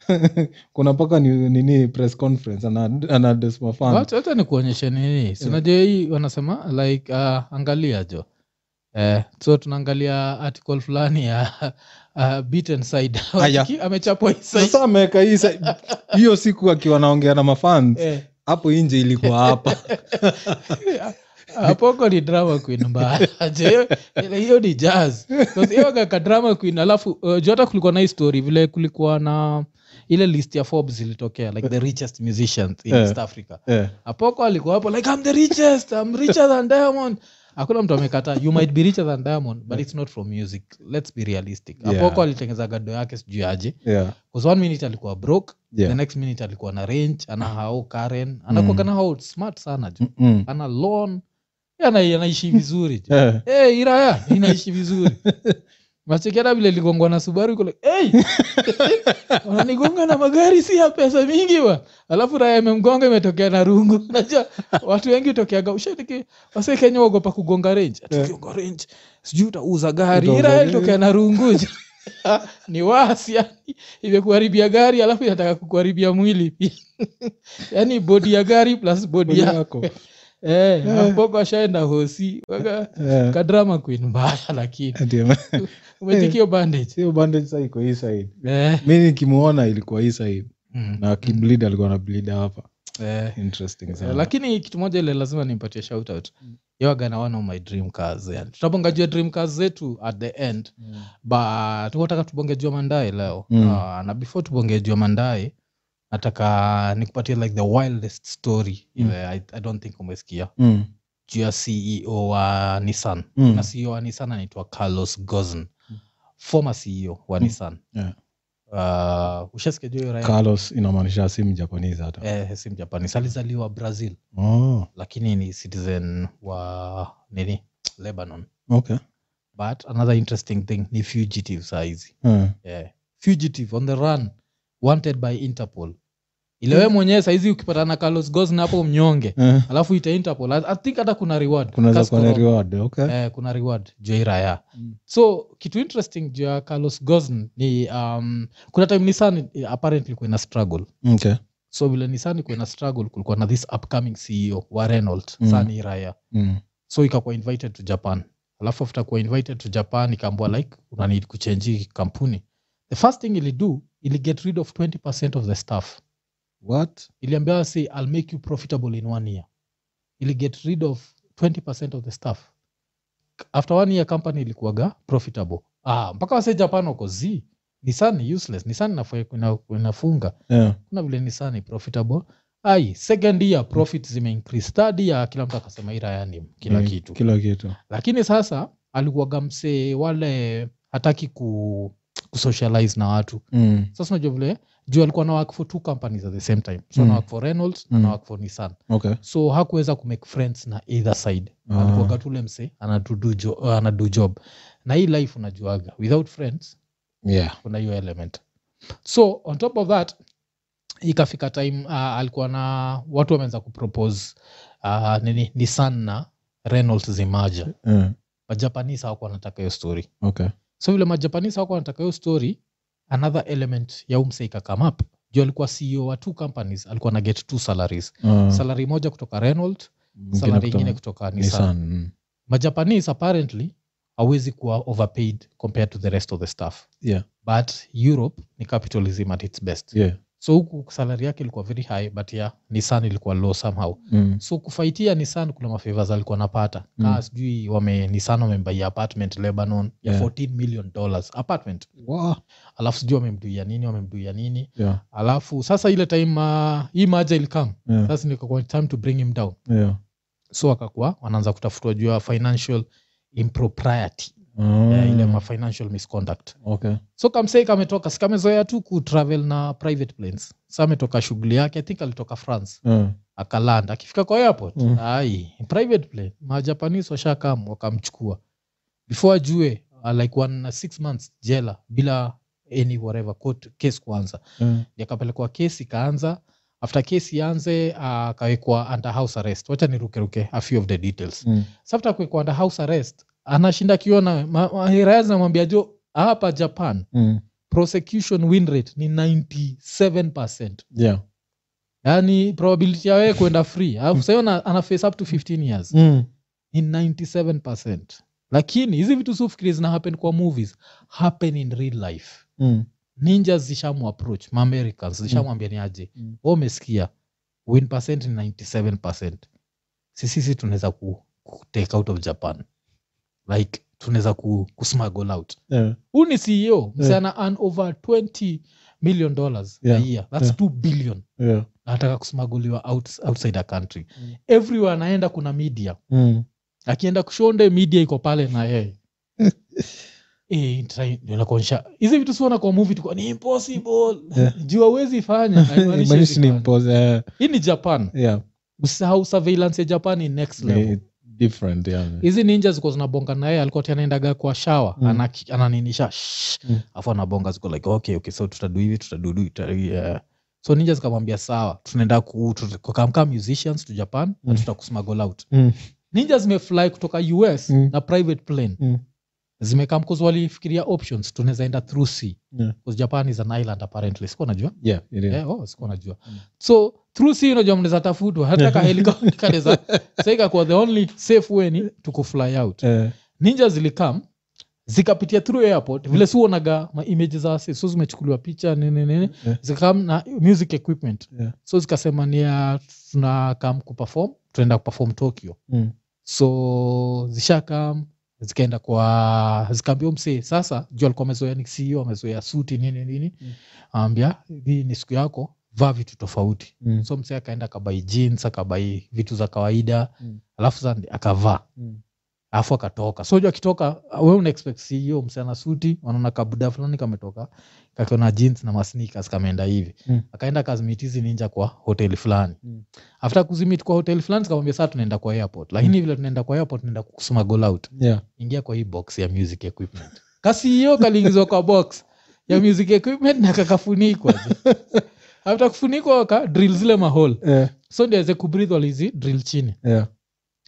kuna mpaka ni, nini press conference ana, ana address mafans Wacha- wacha nikuonyeshe nini sinajua hii wanasema like uh, angalia jo eh, so tunaangalia article fulani ya *laughs* uh, beaten side Aya. Hiki, amechapwa hii side. sasa ameweka hii sa- hiyo siku akiwa naongea na mafans Eh, *laughs* hapo nje ilikuwa hapa apoko ni drama queen mbaya *laughs* Je, ile hiyo ni jazz Because hiyo kaka drama queen alafu uh, juu hata kulikuwa na hii story vile kulikuwa na ile list ya forbes ilitokea like the richest musicians in Eh. east africa Eh, apoko alikuwa hapo like i'm the richest i'm richer than diamond hakuna mtu amekataa you might be richer than diamond but it's not from music let's be realistic Yeah. apoko alitengeza gado yake sijui aje yeah, because one minute alikuwa broke yeah. the next minute alikuwa na range ana hao karen anakuwa Mm. kana hao smart sana jo Mm-mm. ana loan Yeye ana- anaishi vizuri jo Eh, hey, iraya inaishi *laughs* vizuri machekiata vile ligongwa na subaru iko like, hey! *laughs* wananigonga na magari si ya pesa mingi wa alafu raya imemgonga imetokea na rungu *laughs* najua watu wengi utokeaga ushatiki wase kenya waogopa kugonga range Ati Yeah. ukigonga range sijui utauza gari Utauza iraya gari. ilitokea na rungu *laughs* ni wasi yani imekuharibia gari alafu inataka kukuharibia mwili *laughs* pia yani bodi ya gari plus bodi mwili ya wako. Eh, Eh. Apoko ashaenda hosi Waka- Eh, kadrama queen *laughs* mbaya lakini *laughs* ndio. umetikio bandage sio bandage saa iko hii side eh. mi nikimuona ilikuwa hii side mm. na kiblid alikuwa na bleed hapa eh. interesting Eh, sana lakini kitu moja ile lazima nimpatie shout out Mm. yowagana one of my dream cars yani tutabonga jua dream cars zetu at the end Mm. but tunataka tubonge jua mandae leo Mm. Ah, na before tubonge jua mandae nataka nikupatie like the wildest story Mm. ile I, i don't think umesikia Mm. juu ya ceo wa nissan Mm. E na ceo wa nissan anaitwa carlos gozen former ceo wa Mm. nissan Yeah. uh, ushasikia juu hiyo raia carlos inamaanisha si mjapanese hata eh, si mjapanis alizaliwa brazil oh, lakini ni citizen wa nini lebanon okay. but another interesting thing ni fugitive saa hizi Eh, yeah. fugitive on the run wanted by interpol ilewe mwenyewe sahizi ukipatana na carlos gosn hapo mnyonge eh, alafu ita interpol I I think hata kuna reward kunaweza Kas kuwa na koroma. reward okay eh, kuna reward juu ya hii raya Mm. so kitu interesting juu ya carlos gosn ni um, kuna time nissan eh, apparently kuena struggle okay so vile nissan kuena struggle kulikuwa na this upcoming ceo wa renault Mm. mm. sani raya mm. so ikakuwa invited to japan alafu after kuwa invited to japan ikaambua like una need kuchange hii kampuni the first thing ilido ili get rid of 20 of the staff what iliambia say ill make you profitable in one year ili get rid of 20 of the staff after one year company ilikuwaga profitable ah, mpaka wase japan wako z nisan ni useless nisan inafaa- ina- inafunga yeah. kuna vile nisan ni profitable ai second year profit zimeincrease third year kila mtu akasema ira yani kila Ni- kitu Mm. kila kitu lakini sasa alikuwaga msee wale hataki ku, kusocialize na watu mm. sasa unajua vile juu alikuwa na work for two companies at the same time so Mm. mm. work for reynolds mm. Mm. na work for nissan okay so hakuweza kumake friends na either side Ah. alikuwaga tule msee anadu jo, uh, anadu job na hii life unajuaga without friends yeah kuna hiyo element so on top of that ikafika time uh, alikuwa na watu wameanza kupropose uh, nini nissan na reynolds zimaja eh, majapanese hawakuwa wanataka hiyo story okay so vile majapanese hawakuwa wanataka hiyo story another element ya umse ikakame up juu alikuwa ceo wa two companies alikuwa na get two salaries Ah, salary moja kutoka reynolds mwingine salary kutoka ingine kutoka nissan Nissan, mm. majapanese apparently hawezi kuwa overpaid compared to the rest of the staff Yeah. but europe ni capitalism at its best yeah so huku salary yake ilikuwa very high but ya nissan ilikuwa low somehow mm. so kufaitia nissan kuna mafavors alikuwa napata Mm. kaa sijui wame nissan wamembaia apartment lebanon ya Yeah. 14 million dollars apartment Wow. alafu sijui wamemduia nini wamemduia nini yeah alafu sasa ile time uh, hii maja ilikam yeah sasa nikakuwa time to bring him down yeah so akakuwa wanaanza kutafutwa juu ya financial impropriety Ah, mm. ile ma financial misconduct okay so kamsei kametoka sikamezoea tu kutravel na private planes sa ametoka shughuli yake i think alitoka france Eh, akaland akifika kwa airport Mm. mm. ai private plane majapanese washakam wakamchukua before ajue uh, like one na six months jela bila any whatever court case kuanza eh, Ndio akapelekwa kesi ikaanza after kesi ianze uh, akawekwa under house arrest wacha nirukeruke a few of the details mm. Sa after kuwekwa under house arrest anashinda akiona ma- ma- raia zinamwambia jo hapa japan Mm. prosecution win rate ni 97 yeah yani Yaani, probability ya wewe kwenda free alafu sasa ana, ana face up to 15 years mm. ni 97 lakini hizi vitu siufikiri zina happen kwa movies happen in real life Mm. ninjas zishamu approach maamericans zishamwambia ni aje Mm. wewe umesikia win percent ni 97 si sisi tunaweza ku, ku take out of japan like tunaweza ku, ku smuggle out yeah huu ni E ceo Yeah. msana an over 20 million dollars Yeah. a year that's Yeah. 2 billion yeah anataka kusumaguliwa out, outside a country Mm. everywhere anaenda kuna media mm. akienda kushonde media iko pale na *laughs* yeye Eh, try- ndio nakuonyesha hizi vitu siona kwa movie tuko ni impossible Yeah. juu awezi *laughs* fanya haimaanishi Imanishi ni haiwezekani. impose- eh, hii ni japan yeah usisahau surveillance ya japan ni next level ni different yeah hizi ninja ziko zinabonga naye alikuwa ti anaendaga kwa shawa Mm. mm. ananinisha Mm. mm. afu anabonga ziko like okay, okay so tutadu hivi tutadu du- tuta- yeah. so ninja zikamwambia sawa tunaenda kukamkaa musicians to japan mm. na Mm. tutakusmuggle out Mm. ninja zimefly kutoka us Mm. mm. na private plane Mm. zimekam bcause walifikiria options tunaweza enda through sea Yeah. 'Cause japan is an island apparently sikuwa najua yeah it is. Eh, oh, sikuwa najua Mm. so through sea unajua mnaweza tafutwa hata *laughs* ka helicopter *laughs* kanaweza sasa ikakuwa the only safe way ni tukufly out Eh, ninja zilikam zikapitia through Mm-hmm. airport vile siuonaga image za wase so zimechukuliwa picha nini nini Yeah. zikakam na music equipment Mm-hmm. Yeah. so zikasema ni ya tunakam kuperform tunaenda kuperform tokyo mm. so zishakam zikaenda kwa zikaambia msee sasa juu alikuwa amezoea ni CEO amezoea suti nini nini Mm. ambia hii ni siku yako vaa vitu tofauti Mm. so msee akaenda akabai jeans akabai vitu za kawaida Mm. alafu sa akavaa Mm. alafu akatoka so ju akitoka uh, we una expect si hiyo msichana suti wanaona kabuda fulani kametoka kakiona jeans na masnikas kameenda hivi Mm. akaenda akazimit hizi ninja kwa hoteli fulani Mm. after kuzimit kwa hoteli fulani zikamwambia saa tunaenda kwa airport Mm. lakini vile tunaenda kwa airport tunaenda kusoma goal out yeah. ingia kwa hii box ya music equipment kasi hiyo kaliingizwa kwa box ya music equipment na *laughs* kakafunikwa je. after kufunikwa ka drill zile mahol Yeah. so ndio aweze kubreathe walizi drill chini Yeah.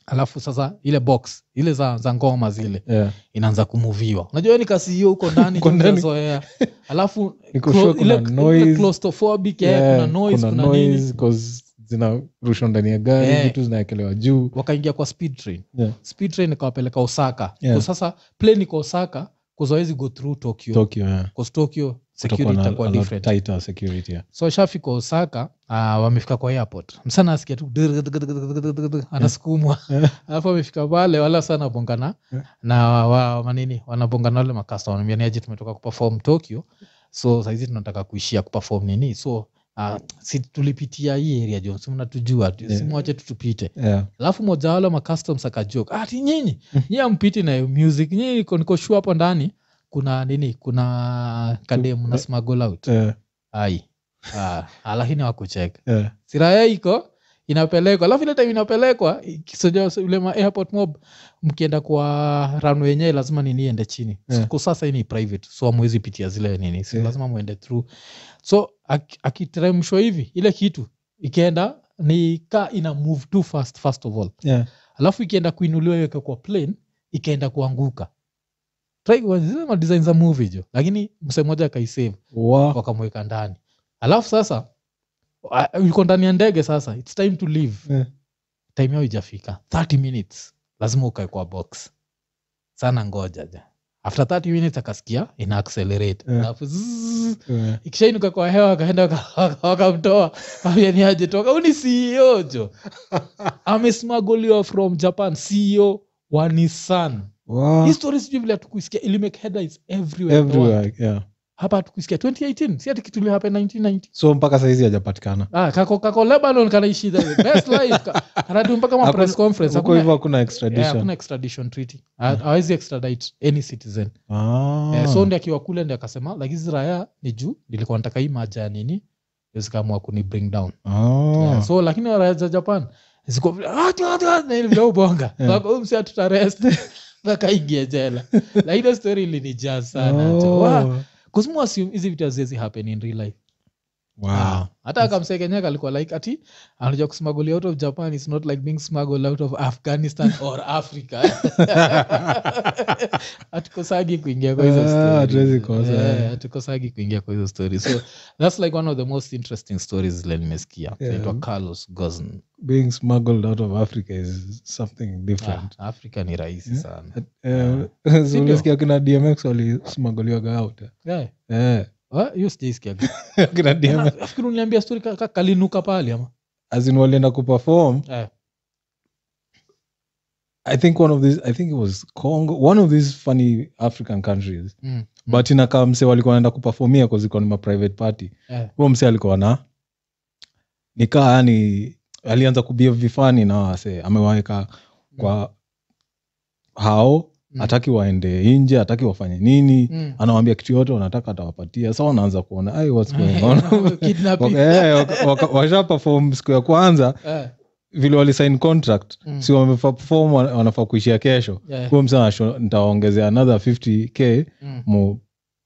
alafu sasa ile box ile za, za ngoma zile Yeah. inaanza kumuviwa unajua hiyo ni kasi hiyo uko ndani Uko ndani. zoea alafu *laughs* Niko clo- sure kuna ile- ile noise. claustrophobic, eh, Yeah, kuna noise kuna kuna nini noise, 'cause zinarushwa ndani ya gari Yeah. vitu zinaekelewa juu wakaingia kwa speed train Yeah. speed train ikawapeleka osaka Yeah. Kwa sasa plane iko osaka kuzawezi go through tokyo tokyo yeah. Kwa tokyo Kutakuwa security na itakuwa a lot different tighter security yeah. so shafika osaka uh, wamefika kwa airport msana asikia tu drrrrrrrrrrrrrrrrrrrrr, anasukumwa Yeah. alafu amefika pale wala sana wanabongana Yeah. na wa- wa, manini wanabongana wale makasta wanaambia aje tumetoka kuperform tokyo so saizi tunataka kuishia kuperform nini so uh, si tulipitia hii area jon simnatujua Yeah. simwache tutupite Yeah. alafu moja wale macustoms akajoke "Ah, ati nyinyi Mm. nyi ampiti nayo music nyinyi niko- niko sure hapo ndani kuna nini kuna kademu eh, na smuggle out Yeah. Uh, ai Ah, lakini wakucheka *laughs* Yeah. siraya iko inapelekwa alafu ile time inapelekwa kisoja ule ma airport mob mkienda kwa run wenyewe lazima nini iende chini Yeah. yeah. kwa sasa hii ni private so amwezi pitia zile nini so Yeah. lazima muende through so ak- akiteremshwa hivi ile kitu ikienda ni ka ina move too fast first of all Yeah. alafu ikienda kuinuliwa iweke kwa plane ikaenda kuanguka try zile madesign za movie jo lakini mse mmoja akaisave Wa- wakamweka ndani alafu sasa ah, yuko ndani ya ndege sasa its time to leave Yeah. time yao ijafika 30 minutes lazima ukae kwa box sana ngoja ja after 30 minutes akasikia ina accelerate Yeah. alafu zzzz, Yeah. ikishainuka kwa hewa akaenda waka- waka- wakamtoa ambia ni E aje toka uni ceo jo amesmaguliwa from japan ceo wa nissan Wa- hii story sijui vile hatukuisikia ilimake headlines everywhere, Ah. everywhere yeah. hapa hatukuisikia 2018 si ati kitu ile hapa 1990 so mpaka saizi hajapatikana Ah, kako, kako lebanon kanaishi the best life ka- kanadu mpaka ma Hakuna- press conference huko hivyo hakuna hakuna Yeah, extradition hakuna extradition treaty Ha- hawezi extradite any citizen Ah. Eh, so ndi akiwa kule ndi akasema lakini hizi raya ni juu nilikuwa nataka hii maja ya nini ndio zikaamua kuni bring down Ah. Eh, so lakini raya za japan ziko vile, "Ah, twa, twa," na ile vile ubonga *laughs* Yeah. Wako, "Oh, "Huyu msee hatutarest." *laughs* wakaingia *laughs* jela lakini hiyo story ilinijaa sana Oh. oh. kusimu assume hizi vitu haziwezi happen in real life Wow. Ah, hata kamsekenyeka alikuwa like ati anaja kusmuggle out of japan is not like being smuggled out of *laughs* afghanistan or africa *laughs* hatukosagi kuingia kwa hizo Ah, story. hatuwezi kosa, Eh, eh. hatukosagi kuingia kwa hizo story so that's like one of the most interesting stories zile nimesikia Yeah. naitwa carlos gozn being smuggled out of africa is something different ah, africa ni rahisi Yeah. sana Eh, Sindio? ulisikia kina dmx walismagoliwaga out eh? Yeah. Eh, Ah, hiyo sijaisikia *laughs* Ah, kina dmx nafikiri uniambia story ka- ka- kalinuka pale ama as in walienda kuperform Eh. i think one of these i think it was congo one of these funny african countries Mm. but inakaa mse walikuwa naenda kuperformia kazikuwa ni maprivate party Eh. huo mse alikuwa na nikaa yani alianza kubia vifani na wase amewaweka kwa hao Mm. hataki waende nje hataki wafanye nini Mm. anawambia kitu yote wanataka atawapatia sa wanaanza kuona *laughs* "Ai, what's *laughs* going on?" Mm. Kidnapping. Waka- eh, waka- waka- washa perform siku ya kwanza Eh, vile walisign contract Mm. si wamefom wanafaa kuishia kesho yeah. huyo msa anasho- nitawaongezea another 50k Mm. mo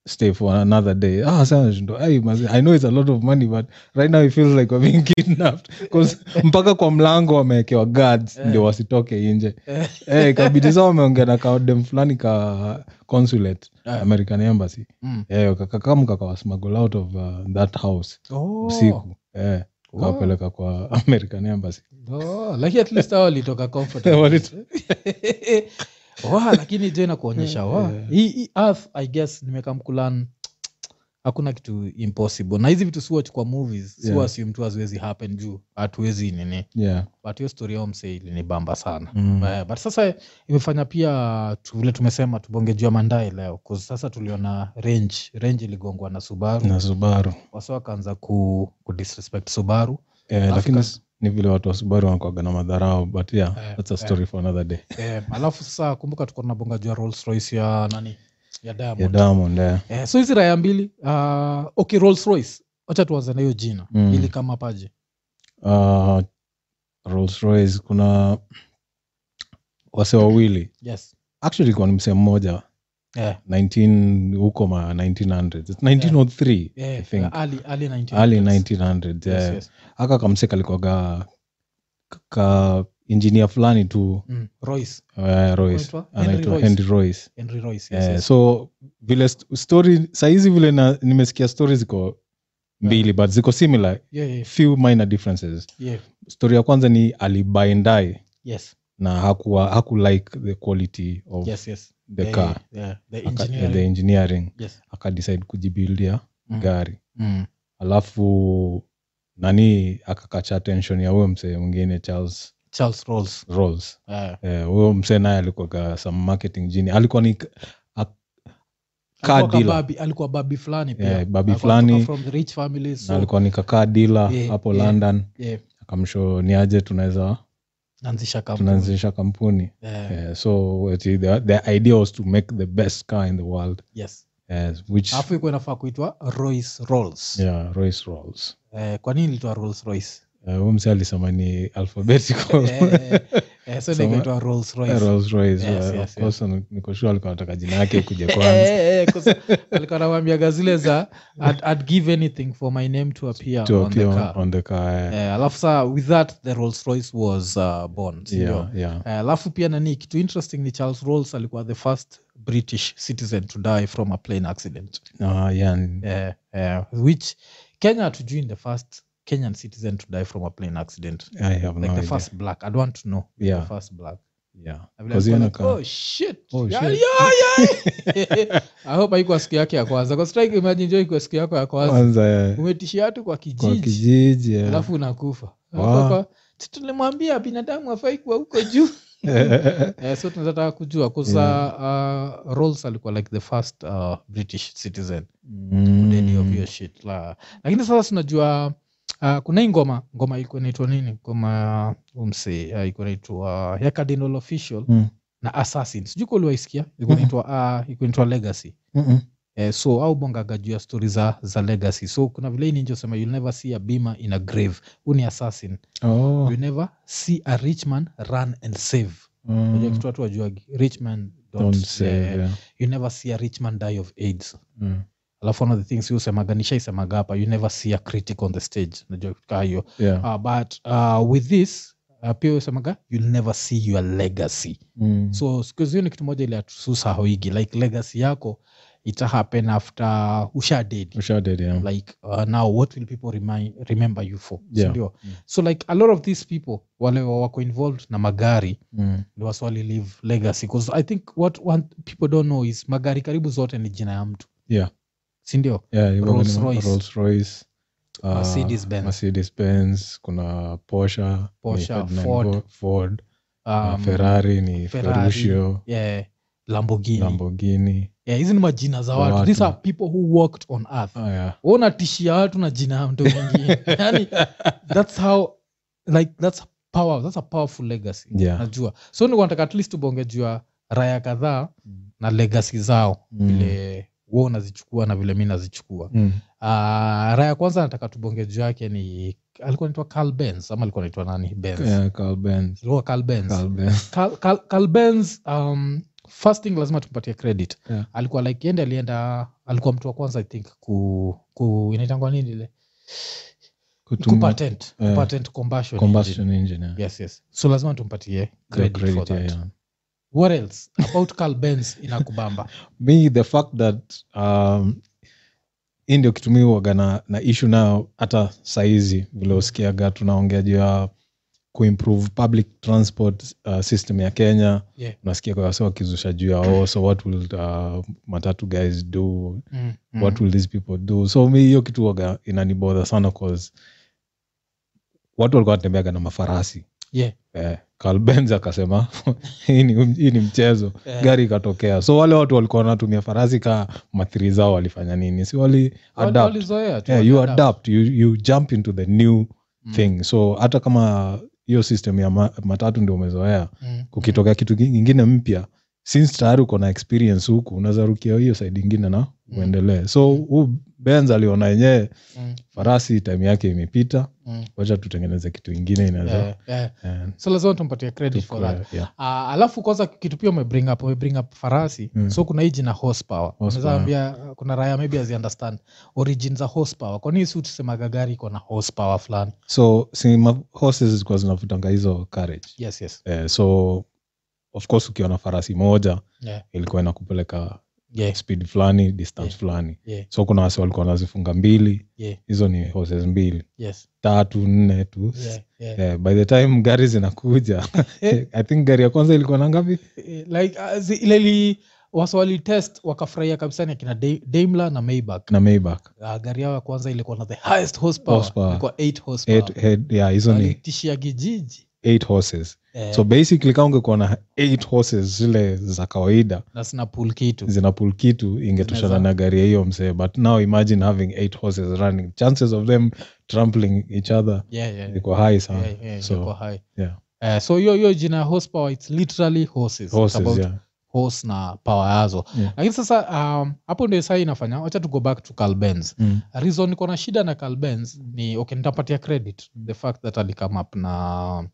stay for another day ah sasa nashindo ai mazi i know it's a lot of money but right now it feels like we're being *laughs* kidnapped cause mpaka kwa mlango wamewekewa guards Eh. ndio wasitoke nje *laughs* Eh. eh ikabidi saa wameongea na kaodem fulani ka consulate american embassy Ah, Mm. eh kakakamu kakawasmuggle out of uh, that house Oh. usiku eh Oh. kawapeleka kwa *laughs* american embassy Oh, lakini at least hao walitoka *laughs* comfortable. *laughs* Walit- Wa, lakini jo inakuonyesha wa Yeah. hii hii earth i guess nimekamkulan hakuna kitu impossible na hizi vitu siwach kwa movies Yeah. siwa yeah. mtu haziwezi happen juu hatuwezi nini yeah but hiyo story yao mse ilinibamba sana Mm. Eh, but sasa imefanya pia tu- vile tumesema tubonge juu ya mandae leo 'cause sasa tuliona range range iligongwa na subaru na subaru wasa wakaanza ku, ku disrespect subaru eh, lakini Africa- s- ni vile watu wasubari wanakwaga na madharau but yeah, Eh, that's a eh. story for another day eh, alafu sasa kumbuka tuko tunabonga jua Rolls Royce ya nani ya ya Diamond diamond eh. eh, so hizi raya mbili uh, okay Rolls Royce wacha tuanze na hiyo jina Mm. ili kama paje uh, Rolls Royce kuna wase wawili yes actually kwa ni msee mmoja eh, 19 huko ma 1900 It's 1903 I eh, think. early, early 1900s. early 1900 Yes, yeah. yes. aka kamse kalikwaga ka injinia fulani tu Mm, Royce uh, Royce Anaitwa Henry anaitwa Royce. Henry Royce Henry Royce yes, Eh, yes. so vile st- story sahizi vile na, nimesikia story ziko mbili but ziko similar yeah, yeah, few minor differences yeah, story ya kwanza ni alibaindai yes na hakuwa hakulike the quality of yes yes the Yeah, car yeah, yeah. the Aka, eh, engineering. the engineering yes akadecide kujibildia Mm. gari mm. alafu nani akakacha tension ya huyo msee mwingine charles Charles Rolls rolls eh, Eh, huyo msee naye alikuwaga some marketing geni alikuwa ni a, car alikuwa ka dealer babi- alikuwa babi fulani pia Eh, babi Alikuwa anatoka fulani. from the rich families na so, alikuwa ni kakaa dila Yeah, hapo yeah. london yeah, akamsho ni aje tunaweza naanzisha kampuni. tunaanzisha kampuni Eh, Eh, so ati the, the idea was to make the best car in the world yes eh, which alafu ilikuwa inafaa kuitwa Royce Rolls yeah, Rolls Rolls eh, kwa nini ilitwa Rolls Royce Eh, huyu msee alisema *laughs* ni alphabetical eh, eh, so Sema- nikaitwa Rolls Royce *laughs* Rolls Royce, Yes, yeah, yes, of course, and niko sure alikuwa anataka jina *laughs* yake kuja kwanza Eh, eh, eh, 'cause alikuwa anamwambiaga zile za I'd, I'd give anything for my name to appear to on the appear car on the car eh. eh, alafu saa with that the Rolls Royce was uh, born sindio? yeah, yeah. Eh, alafu pia nani kitu interesting ni charles rolls alikuwa the first british citizen to die from a plane accident Ah, yeah, and- eh, eh, which kenya hatujui the first kenyan citizen to die from a plane accident I have like no the idea. first black i don't want to know Yeah. the first black Yeah. Na vile 'Cause alikuwa yeye like, anakaa- "Oh, shit. Oh, Yeah, shit." yeah, *laughs* yeah." i hope haikuwa siku yake ya kwanza 'Cause try imagine jo ikuwa siku yako ya kwanza Kwanza, eh, umetishia tu kwa kwa kijiji kijiji eh. *laughs* alafu unakufa Wow. Alafu hapa, "Si tulimwambia binadamu afai kuwa huko juu *laughs* Eh, so tunataka kujua kusa uh, rolls alikuwa like the first uh, british citizen Mm. mm. of your shit la lakini sasa tunajua uh, kuna hii ngoma ngoma ilikuwa inaitwa nini ngoma ya umsi uh, ilikuwa inaitwa uh, Yakadinol official Mm. na assassin sijui kwa uliwaisikia ilikuwa Mhm. inaitwa uh, ilikuwa inaitwa legacy Mm-mm. Eh, so au bongaga juu ya stori za, za legacy so kuna vile hii ninjosema you'll never see a bima in a grave huu ni assassin Oh. you never see a rich man run and save Mm. Unajua kitu watu wajuagi rich man don't, Don't eh, say, yeah. you never see a rich man die of aids Mm. alafu one of the things you usemaga nishaisemaga hapa you never see a critic on the stage najua kitu kaa hiyo Yeah. uh, but uh, with this uh, pia usemaga you'll never see your legacy Mm. so siku hizi hiyo ni kitu moja ile atususa hoigi like legacy yako itahappen after usha dead Ushaded, yeah. like uh, now what will people remind, remember you for Yeah. sindio Mm. so like a lot of these people wale wako involved na magari Mm. ndio waswali leave legacy because i think what one, people don't know is magari karibu zote ni jina ya mtu Yeah. sindio Yeah, you Rolls got Royce. Rolls Royce, uh, Mercedes-Benz. Mercedes-Benz, kuna Porsche, Porsche, ni Ferdinand Ford. Fo- Ford na um, Ferrari ni Ferrari, Ferruccio, yeah, lamborghini Lamborghini. yeah, hizi ni majina za watu watu. these are people who walked on earth Ah, yeah. Wewe unatishia watu na jina ya mtu *laughs* mwingine yani that's how like that's power that's a powerful legacy Yeah. najua so nilikuwa nataka at least tubonge juu ya raya kadhaa na legacy zao Mm. vile wo unazichukua na vile mi nazichukua Mm. Uh, raya ya kwanza nataka tubonge juu yake ni alikuwa naitwa Carl Benz ama alikuwa naitwa nani Benz Yeah, Carl Benz. alikuwa Carl Benz Carl Benz. Carl, Carl, Carl Benz um, first thing lazima tumpatie credit Yeah. alikuwa like yende alienda alikuwa mtu wa kwanza i think ku, ku inaitangwa nini ile Kutumia kupatent eh, kupatent combustion, engine. combustion engine, yeah. Yes, yes. so lazima tumpatie credit, Yeah, for that yeah, yeah. what else about Carl Benz *laughs* inakubamba me the fact that um, hii ndio kitumiwaga na, na ishu nayo hata saizi vile usikiaga tunaongea juu ya kuimprove public transport uh, system ya kenya Yeah. unasikia kwa wase wakizusha juu ya oh, so what will uh, matatu guys do mm, mm. what will these people do so mi hiyo kitu waga inanibodha sana cause watu walikuwa wanatembeaga na mafarasi Yeah. eh, Carl Benz akasema *laughs* hii ni, hii ni mchezo Eh. gari ikatokea so wale watu walikuwa wanatumia farasi ka mathiri zao walifanya nini si wali Watu adapt walizoea tu, yeah, you waliadapt. adapt you, you jump into the new Mm. thing so hata kama hiyo system ya ma, matatu ndio umezoea Mm. kukitokea kitu ki- kingine mpya since tayari uko na experience huku unaweza rukia hiyo side ingine na uendelee so Mm. huu benz aliona yenyewe Mm. farasi time yake imepita Mm. wacha tutengeneze kitu ingine inaweza Yeah, yeah. eh, so lazima tumpatie credit for that tukue- yeah. Uh, alafu kwanza kitu pia umebring up umebring up farasi Mm. so kuna hii jina horsepower Horsepower. Unaweza ambia uh, kuna raya maybe azi understand origin za horsepower kwa nini si utusemaga gari iko na horsepower fulani so si ma- horses zilikuwa zinavutanga hizo courage yes yes eh, so of course ukiwa na farasi moja yeah, ilikuwa inakupeleka yeah, speed fulani distance Yeah. fulani Yeah. so kuna wasi walikuwa wanazifunga mbili Yeah. hizo ni horses mbili yes tatu nne tu yeah, Eh. yeah. Eh, by the time *laughs* gari zinakuja i think gari ya kwanza ilikuwa na ngapi Eh, like uh, zi- ile li waswali test wakafurahia kabisa ni akina Da- Daimler na Maybach na maybach uh, gari yao ya kwanza ilikuwa na the highest horsepower Horsepower. ilikuwa 8 horsepower Eight- head- yeah, hizo ni walitishia kijiji eight horses eh, so basically kama ungekuwa na eight horses zile za kawaida na sina pool kitu zina pull kitu ingetoshana Zinaweza- na gari ya hiyo msee but now imagine having eight horses running chances of them trampling each other yeah, yeah. iko high sana Yeah, yeah, so, ilikuwa high. yeah. Eh, so hiyo hiyo jina ya horsepower its literally horses, It's horses about yeah. horse na power yazo Yeah. lakini sasa um, hapo ndio saa hii inafanya wacha tu go back to calbens mm. reason niko na shida na calbens ni okay nitapatia credit the fact that alicome up na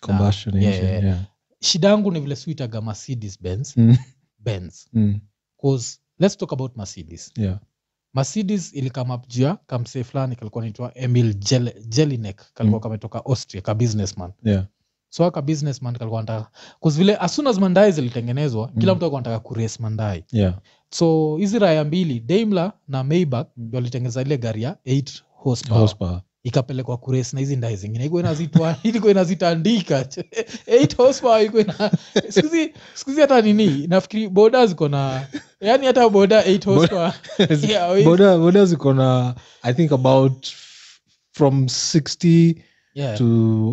combustion Yeah, engine, yeah. yeah. shida yangu ni vile siuitaga mercedes benz Mm. benz Mm. cause let's talk about mercedes Yeah. mercedes ilikama up juu ya kamsee fulani kalikuwa naitwa emil Jel- jelinek kalikuwa Mm. kametoka austria ka businessman Yeah. so aka businessman kalikuwa nataka cause vile as soon as mandai zilitengenezwa kila Mm. mtu alikuwa anataka kurace mandai Yeah. so hizi raya mbili daimler na maybach Mm. ndio walitengeneza ile gari ya 8 horsepower horsepower ikapelekwa kurace na hizi ndai zingine ilikuwa inazitwa- *laughs* ilikuwa inazitandika *laughs* 8 horsepower ilikuwa ina sikuzi sikuzi hata nini nafikiri boda ziko na yani hata boda 8 horsepower *laughs* *laughs* yeah, we- boda boda ziko na i think about from 60 yeah. to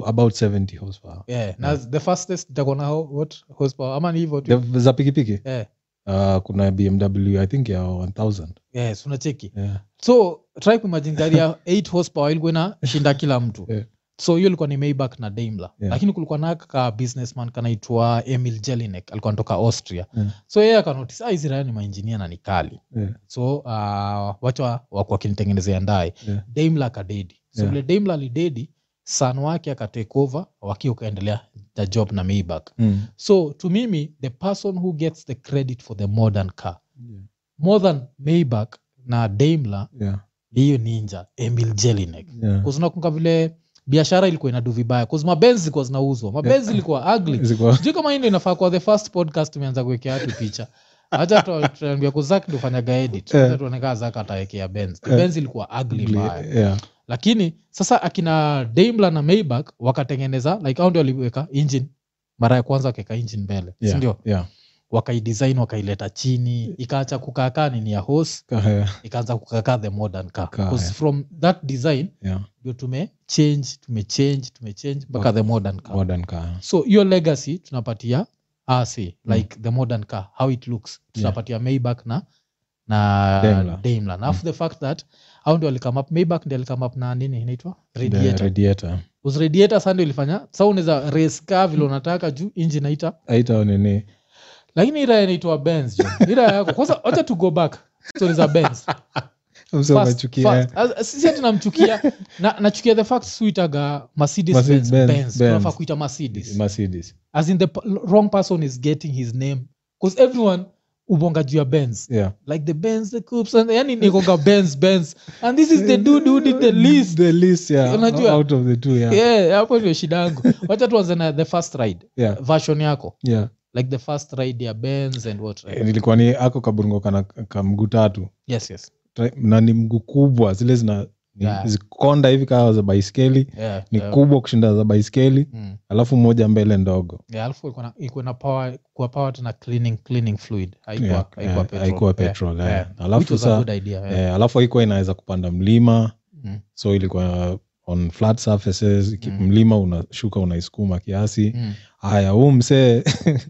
about 70 horsepower Yeah, na the fastest itakuwa na ho- what horsepower ama ni hivyo tu The- za pikipiki yeah. uh, kuna bmw i think ya 1000 yeah, so unacheki yeah. so try kuimagine gari *laughs* ya 8 horsepower ilikuwa inashinda kila mtu Yeah. so hiyo ilikuwa ni maybach na daimler Yeah. lakini kulikuwa na ka businessman kanaitwa emil jelinek alikuwa anatoka austria Yeah. so yeye akanotis hizi raya ni mainjinia na ni kali Yeah. so uh, wacha waku akinitengenezea ndae Yeah. daimler akadedi so Yeah. vile daimler alidedi san wake akatake over wakiwa ukaendelea the job na maybach Mm. so to mimi the person who gets the credit for the modern car Yeah. more than maybach na daimler Yeah. ni hiyo ninja emil jelinek Yeah. kuznakunga vile biashara ilikuwa inadu vibaya kuz mabenzi zilikuwa zinauzwa mabenzi ilikuwa ugly Ziko- sijui kama hii ndio inafaa kwa the first podcast tumeanza kuwekea watu picha hacha tuambia kuzak ndofanyaga edit Eh. Acha tuoneka zak atawekea benz Eh. benz ilikuwa ugly mbaya Yeah. lakini sasa akina daimler na maybach wakatengeneza like au ndio waliweka engine mara ya kwanza wakaweka engine mbele Yeah. sindio Yeah. wakaidesign wakaileta chini ikaacha kukaakaa nini ya hos Yeah. ikaanza kukaakaa the modern car Car, 'Cause yeah. from that design Yeah. ndio tumechange tumechange tumechange mpaka Wow. the modern car modern car so hiyo legacy tunapatia RC Hmm. like the modern car how it looks tunapatia maybach na na Daimler. Hmm. daimler na after the fact that au ndio alikame up maybach ndio alikame up na nini inaitwa The radiator radiator Us radiator sasa ndio ilifanya sasa unaweza race car vile unataka juu engine naita aita nini lakini ira inaitwa benz jo ira yako kwanza acha to go back stories za *laughs* benz msee First, umechukia first. As- as- sisi ati namchukia na, nachukia the fact suitaga mercedes Mercedes benz, Benz, benz. Benz. tunafaa kuita mercedes mercedes as in the p- wrong person is getting his name because everyone ubonga juu ya benz yeah like the benz the coops and yani nikonga benz benz and this is the dude who did the least the least yeah Unajua? out of the two yeah yeah, yeah hapo ndio shida yangu wacha tuanze na the first ride yeah. version yako like the first ride ya benz and what Eh, right? nilikuwa ni ako kaburungo kana ka mguu tatu yes yes Tra- na ni mguu kubwa zile zina ni- Yeah. zikonda hivi kawa za baiskeli yeah ni yeah. kubwa kushinda za baiskeli Mm. alafu moja mbele ndogo Yeah, alafu ilikuwa na- ilikuwa na power kuwa powered na cleaning cleaning fluid haikuwa Yeah, haikuwa yeah, petrol haikuwa Yeah, petrol, yeah. yeah. Alafu Which was a sa- good idea, yeah. eh, alafu haikuwa inaweza kupanda mlima Mm. so ilikuwa on flat surfaces iki- Mm. mlima unashuka unaisukuma kiasi Mm. haya huu msee *laughs*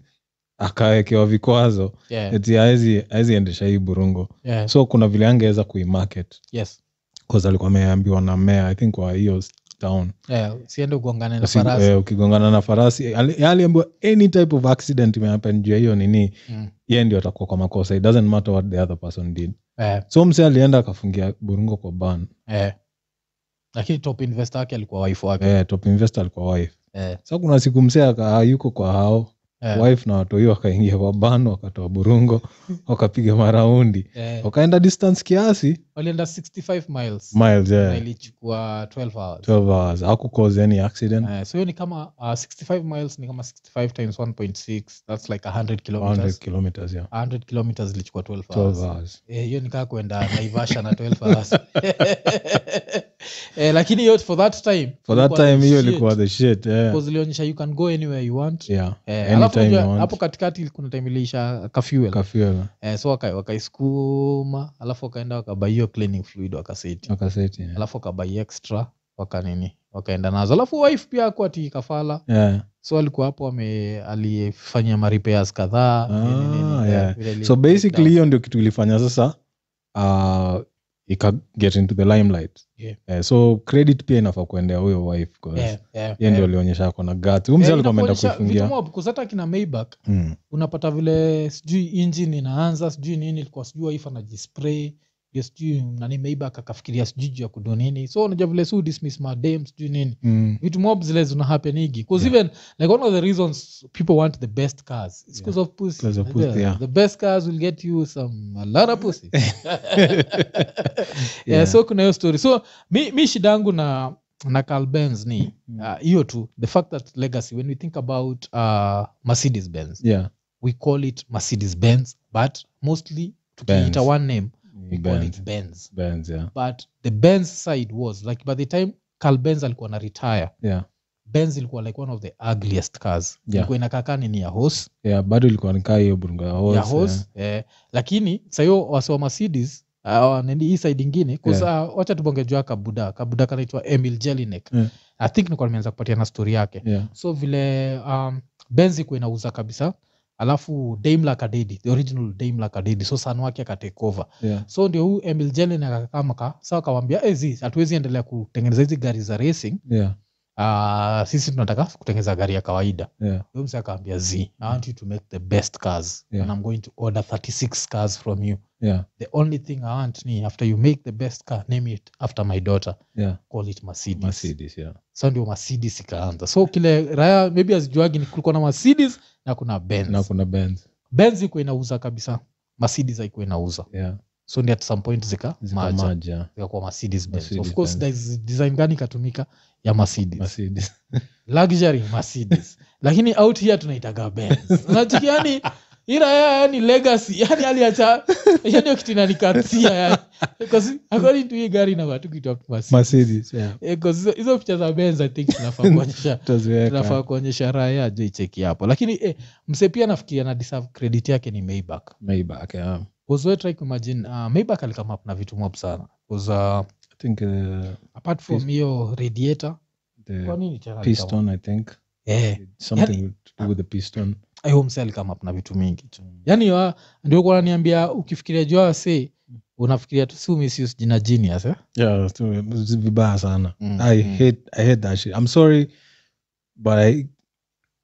akawekewa vikwazo Yeah, Eh. eti haezi- haezi endesha hii burungo yeah, so kuna vile angeweza kuimarket yes. cause alikuwa ameambiwa na mea i think wa hiyo town yeah, siende kuongana na Usi- farasi eh, ukigongana na farasi ali- yeye aliambiwa any type of accident imehappen juu ya hiyo nini Mm. yeye ndio atakuwa kwa makosa it doesn't matter what the other person did Eh, so mse alienda akafungia burungo kwa ban eh. lakini top investor wake alikuwa waifu wake eh, top investor alikuwa wife eh, sa kuna siku mse akayuko kwa hao eh, wife na watoi wakaingia kwa ban wakatoa burungo *laughs* wakapiga maraundi eh. wakaenda distance kiasi walienda 65 miles miles na yeah. ilichukua 12 hours 12 hours hakucause any accident Eh, so hiyo ni kama uh, 65 miles ni kama 65 times 1.6 thats like 100 100 kilometers kilometers yeah 100 kilometers ilichukua 12 12 hours hours Eh, hiyo nikaa kuenda naivasha na 12 hours *laughs* eh, lakini hiyo for that time for that ilikuwa time hiyo shit. ilikuwa the shit yeah. Because ilionyesha you can go anywhere you want yeah. Eh, Anytime alafu unajua, you want. hapo katikati kuna time iliisha kafuel Kafuela. eh, so waka- wakaisukuma alafu wakaenda wakabai hiyo cleaning fluid wakaseti Wakaseti, yeah. alafu wakabai extra wakanini wakaenda nazo alafu wife pia akuwa ati kafala Yeah. so alikuwa hapo ame alifanya marepairs kadhaa nini, nini, Ah, eh, yeah. vile ili- so basically hiyo ndio kitu ilifanya sasa uh, ika get into the limelight Yeah. Eh, so credit pia inafaa kuendea huyo wife cause Eh, eh, yeye ndio eh. alionyesha ako na gat huyu Eh, mzee alikuwa ameenda inakuonyesha vitu kuifungia mob, 'cause hata kina Maybach Mm. unapata vile sijui engine inaanza sijui nini ilikuwa sijui wife anajispray ndio sijui nani Maybach akafikiria sijui juu ya kudo nini so unajua vile si dismiss madem sijui nini Mm. vitu mob zile zina hapenigi cause Yeah. even like one of the reasons people want the best cars it's Yeah. because of pussy Because of Unajua, pussy, yeah. the best cars will get you some a lot of *laughs* pussy yeah. Yeah. so kuna hiyo story so mi, mi shida yangu na na Carl Benz ni Mm. ah, hiyo tu the fact that legacy when we think about uh, mercedes benz Yeah. we call it mercedes benz but mostly Benz. tukiita one name we call Benz. it benz Benz, yeah. but the benz side was like by the time Carl Benz alikuwa na retire Yeah. benz ilikuwa like one of the ugliest cars Yeah. ilikuwa inakakani ni ya hos Yeah, bado ilikuwa nikaa hiyo burungo ya horse, ya hos eh, lakini sahiyo wasewa mercedes uh, nini hii side ingine 'cause, uh, wacha tubonge jua kabuda kabuda kanaitwa emil jelinek Yeah. i think nikuwa nimeanza kupatia na stori yake yeah. Yeah. so vile um, benz ikuwa inauza kabisa alafu daimler kadedi the original daimler kadedi so san wake akatake over Yeah. so ndio huu emil jelinek akakamaka sa akawambia ezi "Eh, hatuwezi endelea kutengeneza hizi gari za racing Yeah. uh, sisi tunataka kutengeneza gari ya kawaida Yeah. Huyo msee akaambia z i want you to make the best cars Yeah. and i'm going to order 36 cars from you Yeah. the only thing i want ni after you make the best car name it after my daughter Yeah. call it mercedes, Mercedes, yeah. so ndio mercedes ikaanza so kile raya maybe azijuagi ni kulikuwa na mercedes na kuna benz na kuna Benz. benz iko inauza kabisa mercedes haiko inauza Yeah. so ndio at some point zika Zikamaja. maja zikakuwa mercedes benz of Mercedes course there's design gani ikatumika ya mercedes Mercedes. luxury mercedes lakini out here tunaitaga benz unachukia yani ila ya yani legacy yani aliacha hiyo ndio kitu inanikatia yani because according to hii gari na watu kitu hapo mercedes Mercedes, yeah. Eh, 'cause hizo- hizo picha za benz i think tunafaa kuonyesha Tutaziweka. tunafaa kuonyesha raya jo icheki hapo lakini eh, mse pia nafikiria na deserve credit yake ni maybach Maybach, yeah. uzoe try kuimagine uh, maybach alikama up na vitu mob sana 'Cause, uh, I think uh, apart from hiyo radiator kwa the nini tena alikam- piston, I think eh something to do with the piston. hiyo mse alikam up na vitu mingi yani wa- ndio kuwa naniambia ukifikiria juu wase unafikiria tu si misuse jina genius eh? Yeah, it's too- it's vibaya sana. Mm, I mm. hate I hate that shit. I'm sorry but I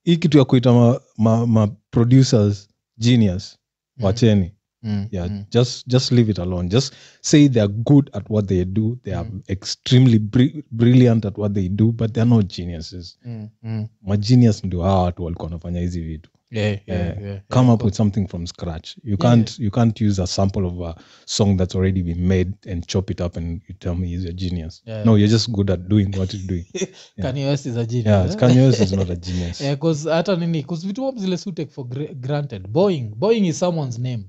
hii kitu ya kuita ma, ma, ma producers genius Mm, wacheni mm, yeah mm, just just leave it alone just say they're good at what they do they are Mm. extremely bri brilliant at what they do but they're not geniuses mm, mm. magenius ndio hawa watu walikuwa wanafanya hizi vitu Yeah, yeah, Yeah. yeah, come yeah, up with something from scratch you Yeah. can't you can't use a sample of a song that's already been made and chop it up and you tell me he's a genius Yeah. no you're just good at doing what you're doing Kanye West is a yeah genius, eh? kanye West is not a genius *laughs* yeah Yeah, 'cause hata nini 'cause vitu mob zile si take for gra- granted boeing boeing is someone's name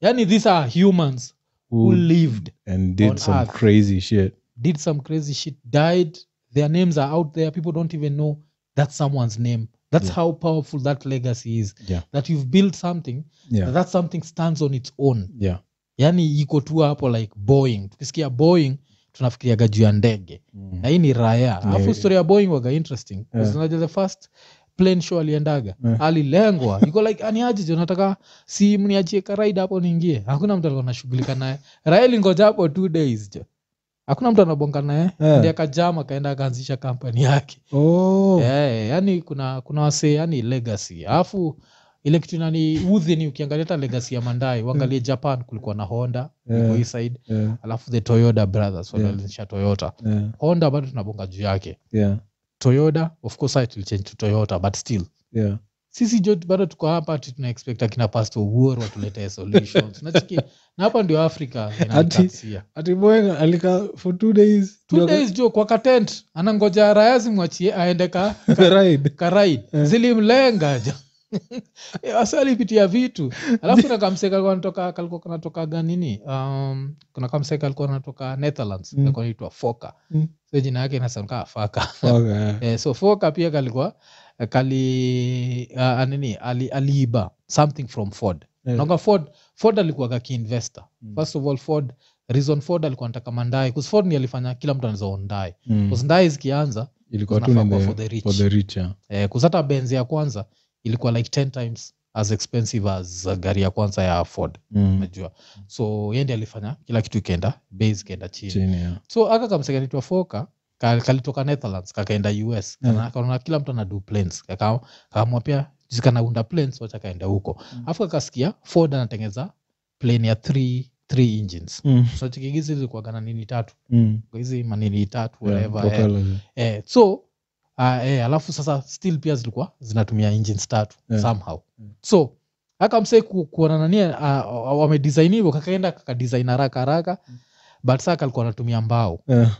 yani these are humans who Who- lived and on did some earth. crazy shit did some crazy shit died their names are out there people don't even know that's someone's name that's Yeah. how powerful that legacy is Yeah. that you've built something yeah that something stands on its own yeah yani iko tu hapo like boeing tukisikia boeing tunafikiriaga juu ya ndege na hii ni raya alafu Yeah. story ya boeing waga interesting Yeah. yeah. the first plane show aliendaga Yeah. alilengwa iko like "Ah, aniajije nataka si mniachie karaida hapo niingie hakuna mtu alikuwa nashughulika naye raya ilingoja hapo two days jo hakuna mtu anabonga naye Eh. ndi akajama akaenda akaanzisha kampani yake Oh. Eh, yani kuna kuna wasee yani legacy alafu ile kitu nani udhi ni ukiangalia hata legacy ya mandai uangalie japan kulikuwa na honda Hmm. Yeah. yeah. side Yeah. alafu the toyota brothers Yeah. walianzisha toyota Yeah. honda bado tunabonga juu yake Yeah. toyota of course I will change to toyota but still Yeah. sisi jo bado tuko hapa ati tuna expect akina pastor uoro watuletee *laughs* solutions nachiki na hapa ndio africa inatasia Ati boy alika for two days. two *laughs* days jo kwa katent anangoja raya zimwachie aende ka *laughs* Right. karai Eh. zilimlenga ja *laughs* wasi alipitia *laughs* vitu alafu kuna kamseka alikuwa anatoka kalikuwa kanatokaga nini um, kuna kamseka alikuwa anatoka netherlands Mm. alikuwa anaitwa foka Mm. so jina yake inasamkaa faka Okay. *laughs* eh, so foka pia kalikuwa eh, kali uh, nini ali, aliiba something from ford Eh. naga ford ford alikuwaga kiinvestor Mm. first of all ford reason ford alikuwa anataka mandai 'cause ford ni alifanya kila mtu anaweza own ndai Mm. 'Cause ndai zikianza Ilikuwa tu zinafaa ni kuwa the- for the rich. for the rich, yeah. eh, kusata benzi ya kwanza ilikuwa like 10 times as expensive as uh, gari ya kwanza ya ford Mm. unajua so yendi alifanya kila kitu ikaenda base ikaenda chini Chini, eh. yeah. so aka kamsekanitwa foka ka- kalitoka netherlands kakaenda us Mm. Kana- kaona kila mtu anadu planes Kaka- kaamua pia zikanaunda planes wacha kaenda huko Mm. afu kakasikia ford anatengeza plane ya three, three engines Mm. so chikigizi zilikuwaga na nini tatu Mm. hizi manini tatu Yeah, whatever, eh, propellers, yeah. eh, so uh, eh, alafu sasa still pia zilikuwa zinatumia engines tatu Yeah. somehow Mm. so aka msee ku- kuona nani uh, wamedesign hivyo kakaenda kakadesign haraka haraka Mm. Eh. but saka alikuwa anatumia mbao Yeah.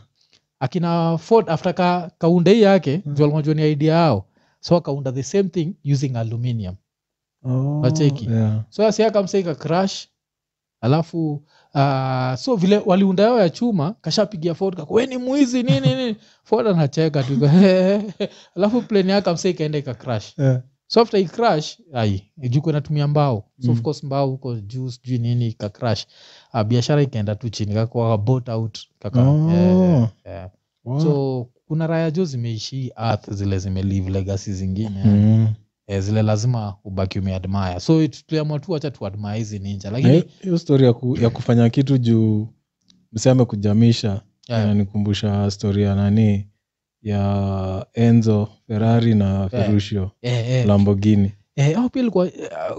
akina ford after ka, kaunda hii yake Mm. mm. jualmajoni idea yao so akaunda the same thing using aluminium Oh, Wacheki. yeah. so asi akamsa ikacrash alafu uh, so vile waliunda yao ya chuma kashapigia ford kako we ni mwizi nini nini ford anacheka tu *laughs* alafu plane yake amsa ikaenda ikacrash Yeah. so after icrash ai juko inatumia mbao so of Mm. course mbao huko juu sijui nini ikacrash uh, biashara ikaenda tu chini kakwa bought out kaka Oh. eh, eh. Wow. so kuna raya jo zimeishi earth zile zimelive legacy zingine Mm. eh, zile lazima ubaki umeadmire so it- tuliamua tu wacha tuadmire hizi ninja Na lakini hiyo- hiyo stori ya, ku, ya kufanya kitu juu mseme kujamisha Yeah. inanikumbusha stori ya nani ya enzo ferrari na ferruccio eh, eh, lamborghini eh, hao pia ilikuwa eh,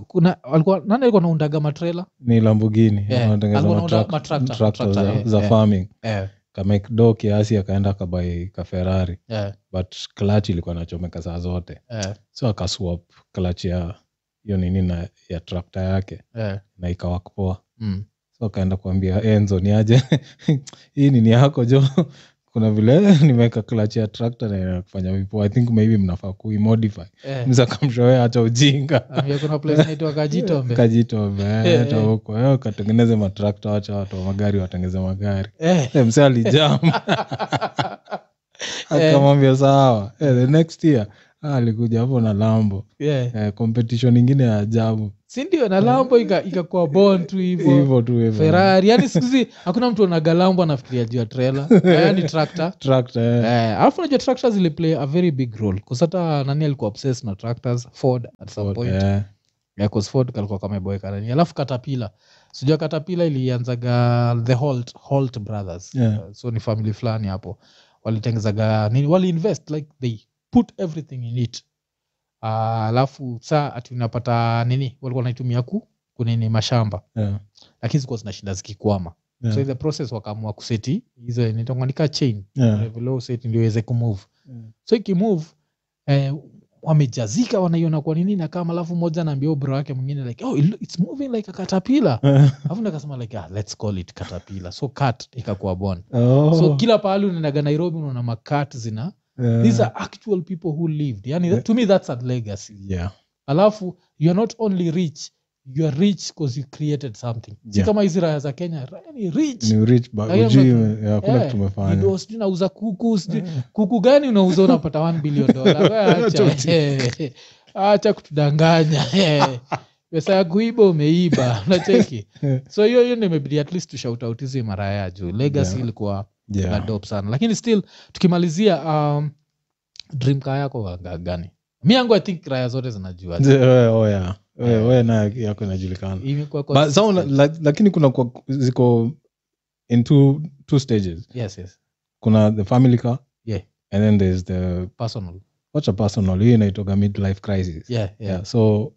kuna walikuwa nani alikuwa naundaga matrela ni lamborghini Yeah. wanatengeneza Alikuwa anaunda matrak- Eh, matrakta, trakta za, matrakta, za yeah. farming eh, kamekdo kiasi akaenda kabai ka ferrari eh, but klach ilikuwa nachomeka saa zote eh, so akaswap klach ya hiyo nini na ya trakta yake eh, na ikawakupoa mm. so akaenda kuambia "Eh, enzo ni aje *laughs* hii nini yako jo *laughs* kuna vile *laughs* nimeweka klach ya trakta na inakufanya vipo i think maybe mnafaa kuimodify Eh, mza kamshoe acha *laughs* ujinga ambia kuna place inaitwa *laughs* kajitombe kajitobeata huko Eh, katengeneze matrakta wacha watu wa magari watengeze magari Eh, Eh, *laughs* mse alijam akamwambia sawa Eh, the next year ah, alikuja hapo na lambo eh, Eh, competition ingine ya ajabu si ndio na lambo ika- ikakuwa bon tu hivo hivo tu hivo. ferari yani sikuzi hakuna mtu anagalambo anafikiria juu ya *laughs* trela Yaani yani trakta Tractor, eh. Eh, alafu najua tractors ziliplay a very big role kusata nani alikuwa obsessed na tractors ford at some point Eh, yeah, 'cause ford kalikuwa kameboeka nani alafu katapila sijua katapila ilianzaga the holt, holt brothers Yeah. Uh, so ni family fulani hapo walitengezaga nini waliinvest like they put everything in it Ah, alafu saa ati unapata nini walikuwa wanaitumia ku kunini mashamba eh, lakini zilikuwa zinashinda zikikwama eh, so in the process wakaamua kuseti hizo nitonganika chain *laughs* eh, vile useti ndio iweze kumove Mm. so ikimove eh, wamejazika wanaiona kwa nini na kama alafu mmoja anaambia huyo bro wake mwingine like oh, it lo- it's moving like a *laughs* caterpillar eh. alafu ndo akasema like ah, let's call it caterpillar so cat ikakuwa born Oh, so kila pahali unaendaga nairobi unaona makat zina eh. these are actual people who lived yani Yeah. to me that's a legacy Yeah, alafu you are not only rich you are rich because you created something si Yeah. kama hizi raya za kenya raya ni rich ni rich but Lakini ujui, mtu- eh, hakuna eh, kitu Ndio umefanya sijui nauza kuku sijui Eh. kuku gani unauza unapata 1 billion *laughs* dola We acha. Eh, *laughs* acha kutudanganya *laughs* Eh, pesa ya kuiba umeiba *laughs* unacheki Eh. so hiyo hiyo nimebidi at least tushout out hizi mara ya juu legacy Yeah. ilikuwa Yeah. *laughs* yeah. sana lakini still tukimalizia um, dream car yako waga gani mi yangu i think raya zote zinajua Ze- we- oh, yeah. We- we na yako inajulikana Imekuwa But consistent. sound, la- lakini kuna kwa, ziko in two two stages yes yes kuna the family car Yeah. and then there's the personal wacha personal hiyo inaitoga midlife crisis yeah yeah, yeah. so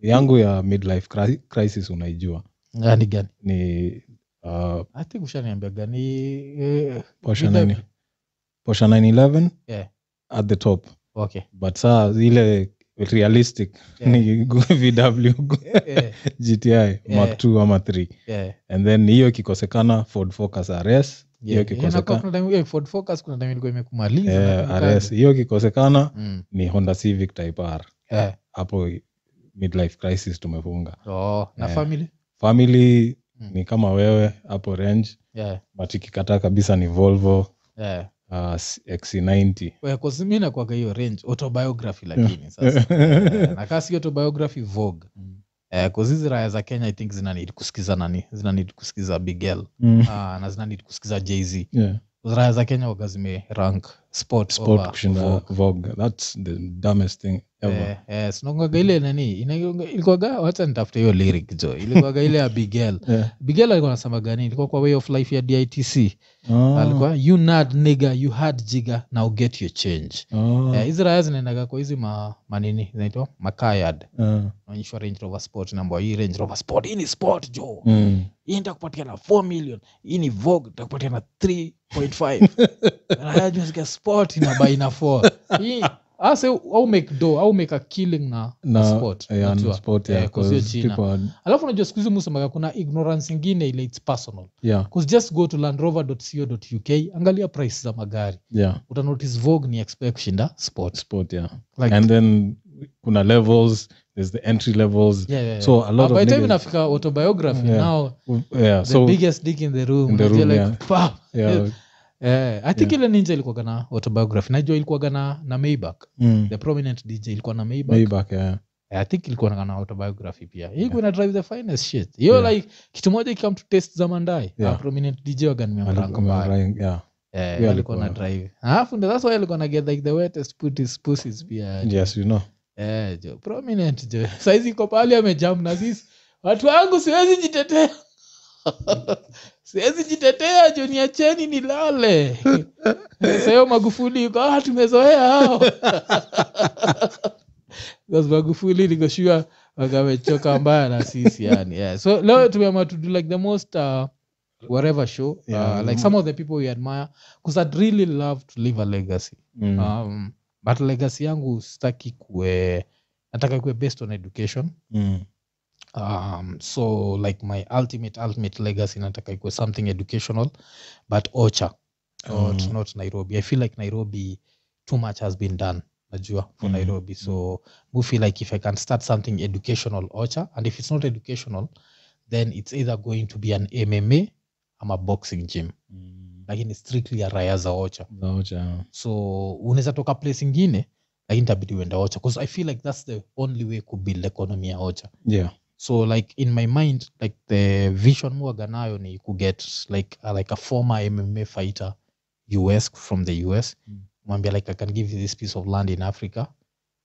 yangu ya midlife cri- crisis unaijua yeah. ni gani ni uh, i think ushaniambia gani eh, Porsche Midlife. 9 Porsche 911 Yeah. at the top okay but saa ile realistic Yeah. ni *laughs* vw Eh, gti mark 2 ama 3 yeah. and then hiyo ikikosekana ford focus rs hiyo Yeah, inakuwa ikikosekana kuna time- yeah, Ford Focus kuna time ilikuwa imekumaliza na eh, kukaja. rs hiyo ikikosekana Mm, ni honda civic type r eh, hapo midlife crisis tumefunga oh, na Eh. family family Mm. ni kama wewe hapo range yeah, but ikikataa kabisa ni volvo yeah. uh, xc90 Well, 'cause mi nakuwaga hiyo range autobiography lakini *laughs* sasa Eh, na kasi autobiography vogue Mm. Eh, 'cause hizi raya za kenya i think zina need kusikiza nani zina need kusikiza bigel Mm. ah, na zina need kusikiza jz Yeah. raya za kenya waga zime rank sport sport over kushinda Vogue. vogue that's the dumbest thing ever Eh, eh, sinaongaga ile nani ina- ilikuwaga wacha nitafute hiyo lyric jo ilikuwaga ile ya bigel yeah. bigel alikuwa anasema gani ilikuwa kwa way of life ya ditc Ah, alikuwa you nad nigger you had jigger now get your change ah, Eh, hizi raya zinaendaga kwa hizi ma, manini zinaitwa makayad ah. naonyeshwa range rover sport namba hii range rover sport hii ni sport jo Mm. hii nitakupatia na 4 million hii ni vogue nitakupatia na *laughs* 3.5 raya juzikia sport ina bai na 4 *laughs* hii ase au make do au make a killing na, na, na sport yeah, na unajua. sport yeah, Eh, 'cause hiyo 'cause China. people are, alafu unajua siku hizi musemaga kuna ignorance ingine ile its personal yeah, 'Cause just go to landrover.co.uk angalia price za magari yeah, utanotice vogue ni expect kushinda sport sport yeah like, and then kuna levels there's the entry levels yeah, yeah, yeah. so a lot Ah, by of the time niggas, inafika autobiography Yeah. now yeah the so biggest dick in the room, In the unajua room, like, *laughs* pow! yeah. yeah Eh, i think Yeah. ile ninja ilikuwaga na autobiography najua ilikuwaga na, na maybach mm, the prominent dj ilikuwa na maybach way back yeah Eh, i think ilikuwa na autobiography pia hii kuna drive the finest shit Yeah. hiyo like kitu moja ikam to test za mandai Yeah. yeah. prominent dj waga nimemranga Alikuwa mbaya running, yeah Eh, Yeah, alikuwa na alikuwa- drive alafu ndo that's why alikuwa na get like the wettest pussies- pussies pia yes you know Eh, jo prominent jo *laughs* saizi iko pahali amejam na sisi watu wangu siwezi jitetea *laughs* siwezi jitetea jo niacheni nilale *laughs* sayo magufuli yuko ah, tumezoea hao *laughs* Because magufuli nikoshua wakamechoka mbaya na sisi yani yeah. so leo tumeama to do like the most uh, whatever show Yeah. uh, like some of the people we admire because i'd really love to leave a legacy mm. um, but legacy yangu sitaki kuwe nataka ikuwe based on education mm. um, so like my ultimate ultimate legacy nataka ikuwe something educational but ocha not, Mm. not nairobi i feel like nairobi too much has been done najua for Mm. nairobi so we feel like if i can start something educational ocha and if it's not educational then it's either going to be an mma ama boxing gym Mm. lakini strictly ya raya za ocha Zaocha, yeah. so unaweza toka place ingine lakini itabidi uende ocha bcause i feel like that's the only way kubuild economy ya ocha yeah so like in my mind like the vision muaga nayo ni kuget like a, like a former mma fighter us from the us Mm. mwambia like i can give you this piece of land in africa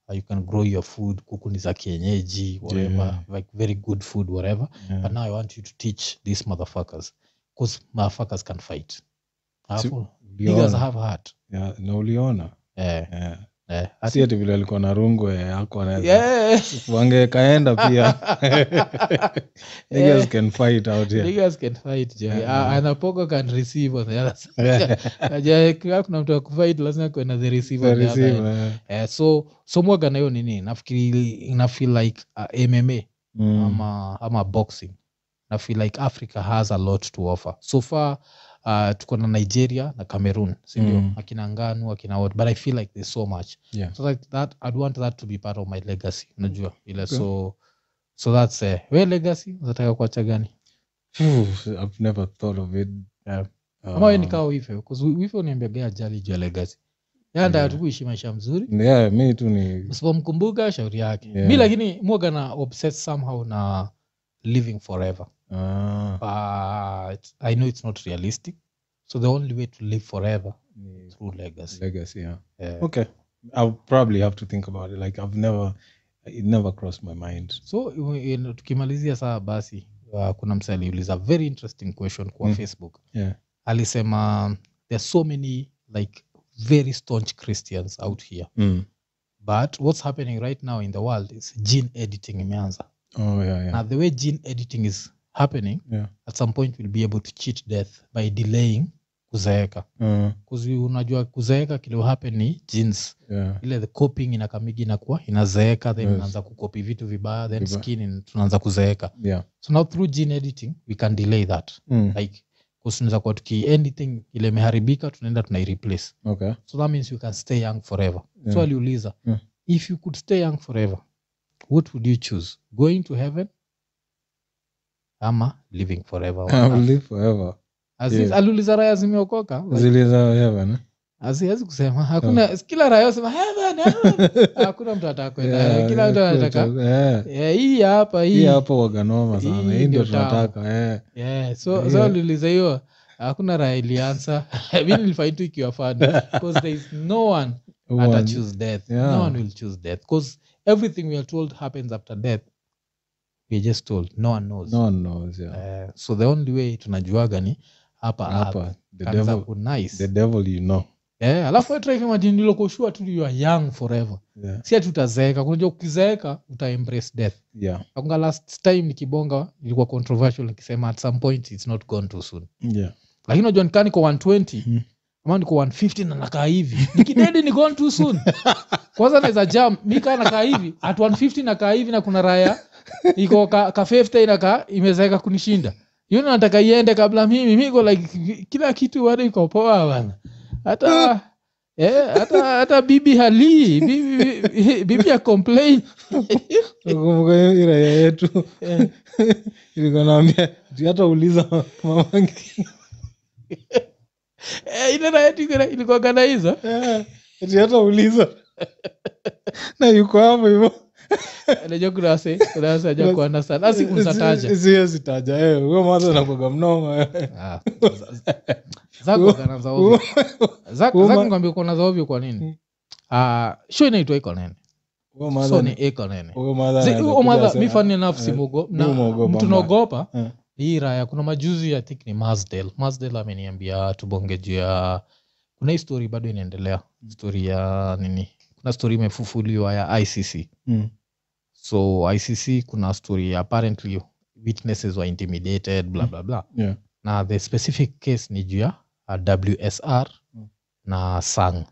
uh, you can grow your food kuku ni za kienyeji whatever Yeah. like very good food whatever yeah. but now i want you to teach these motherfuckers bcause motherfuckers can fight Alafu, niggas Uliona. have heart Yeah, na uliona eh, yeah. eh, si ati vile alikuwa na rungu eh, ako Yeah. wangekaenda *laughs* pia *laughs* Yeah. Niggas can fight out here Niggas can fight, Jerry. Yeah. Ah, and Apoko can receive on the other *laughs* side. Ajaye, kiwa kuna mtu akufight lazima kuwe na the receive The on the other receiver, end. eh. Eh, so so mwaga nayo nini nafikiri nafeel like uh, mma Mm. ama, ama boxing nafeel like africa has a lot to offer so far uh, tuko na nigeria na cameroon sindio Mm. akina nganu akina what but i feel like there's so much Yeah. so like that i'd want that to be part of my legacy unajua ile Okay. so so that's uh, we legacy unataka kuacha gani Oof, I've never thought of it Yeah. Uh, ama we nikao wife 'cause wi- wife uniambiaga ajali juu ya legacy yeye anataka Yeah. tu kuishi maisha mzuri yeah, mi tu ni usipomkumbuka shauri yake Yeah. mi lakini mwaga na obsess somehow na living forever ah, but i know it's not realistic so the only way to live forever ni is through legacy legacy yeah. Eh, okay i'll probably have to think about it like i've never it never crossed my mind so u- in- eh, tukimalizia saa basi uh, kuna mse aliuliza very interesting question kwa Mm. facebook Yeah. alisema there's so many like very staunch christians out here Mm. but what's happening right now in the world is gene editing imeanza Oh, yeah, yeah. now the way gene editing is happening Yeah. at some point we'll be able to cheat death by delaying kuzeeka Uh, 'Cause we- unajua kuzeeka kile will happen ni genes yeah. ile the copying inakamigi inakuwa inazeeka then Yes. inaanza kukopi vitu vibaya then Vibaya. skin in- tunaanza kuzeeka Yeah. so now through gene editing we can delay that Mm. like 'cause tunaweza kuwa tuki anything ile imeharibika tunaenda tunaireplace *laughs* *laughs* Okay. so that means you can stay young forever Yeah. so aliuliza Yeah. if you could stay young forever what would you choose going to heaven ama living forever *laughs* on I will earth? live forever. As is- yeah. aliuliza raya zimeokoka like, Zile za heaven, eh? as is, hawezi kusema hakuna kila raya husema heaven heaven. *laughs* hakuna mtu atakwenda Yeah, uh, kila mtu yeah, anataka yeah. yeah, hii hapa hii hii hapo waganoma sana hii hii ndio ndio tamu. tunataka eh. yeah, so Yeah. so aliuliza hiyo hakuna raya *laughs* iliansa mi nilifaitu ikiwa *laughs* fani because there is no one One. ata choose death Yeah. no one will choose death because everything we are told happens after death we are just told no one knows No one knows, yeah. Eh, so the only way tunajuaga ni hapa hapa hapa the kanza devil, ku the nice devil you know eh alafu hata hivi imagine nilo kushua tu you are young forever yeah. si ati utazeeka kunajua ukizeeka uta embrace death Yeah. akunga last time nikibonga ilikuwa controversial nikisema at some point it's not gone too soon Yeah. lakini unajua nikaa niko 120 Mhm. ama niko 150 na nakaa hivi nikidedi ni gone too soon kwanza naweza jam mi kaa nakaa hivi at 150 nakaa hivi na kuna raya iko ka, ka 50 inakaa imezeeka kunishinda yuna nataka iende kabla mimi miko like kila kitu bado iko poa bana hata eh, hata hata bibi halii bibi, bibi ya complain Nakumbuka hiyo iraya yetu *laughs* Eh. *laughs* ilikuwa naambia "Ati hata uliza mamangi Eh, ile raya tu ilikuwa- ilikuwa ganaiza Eh, ati hata uliza na yuko hapo hivo najua kurase kurase ajua kuana sana asikumsataja siwezitaja Eh, huyo mwanza nakwaga mnoma eh. Ah, za- za- zako kana za ovyo. Zako- Uma- zako ngambia uko na za ovyo kwa nini Mm. Ah, show inaitwa iko nene Huyo so mwanza ni ni- iko nene huyo mwanza Zi- anaweza huyo kuja mwadha asema, mi funny enough si eh, mugo- mi na- umeogopa mtu mbaya. naogopa eh, hii raya kuna majuzi i think ni masdale masdale ameniambia tubonge juu ya kuna hii story bado inaendelea story ya nini kuna story imefufuliwa ya icc mm, so icc kuna story ya apparently witnesses were intimidated bla bla bla Mm. yeah, na the specific case ni juu ya uh, wsr Mm. na sang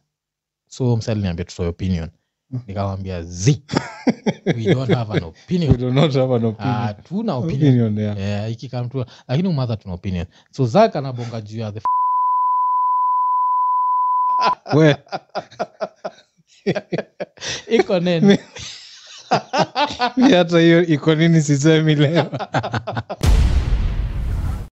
so msaliniambia tutoe opinion Mm. nikamwambia z we don't have an *laughs* we opinion Ah, do not have an opinion. hatuna opinion Opinion, yeah. Eh, iki come to- lakini umadha tuna opinion so zak anabonga juu ya the *laughs* We- iko nene mi hata hiyo iko nini sisemi leo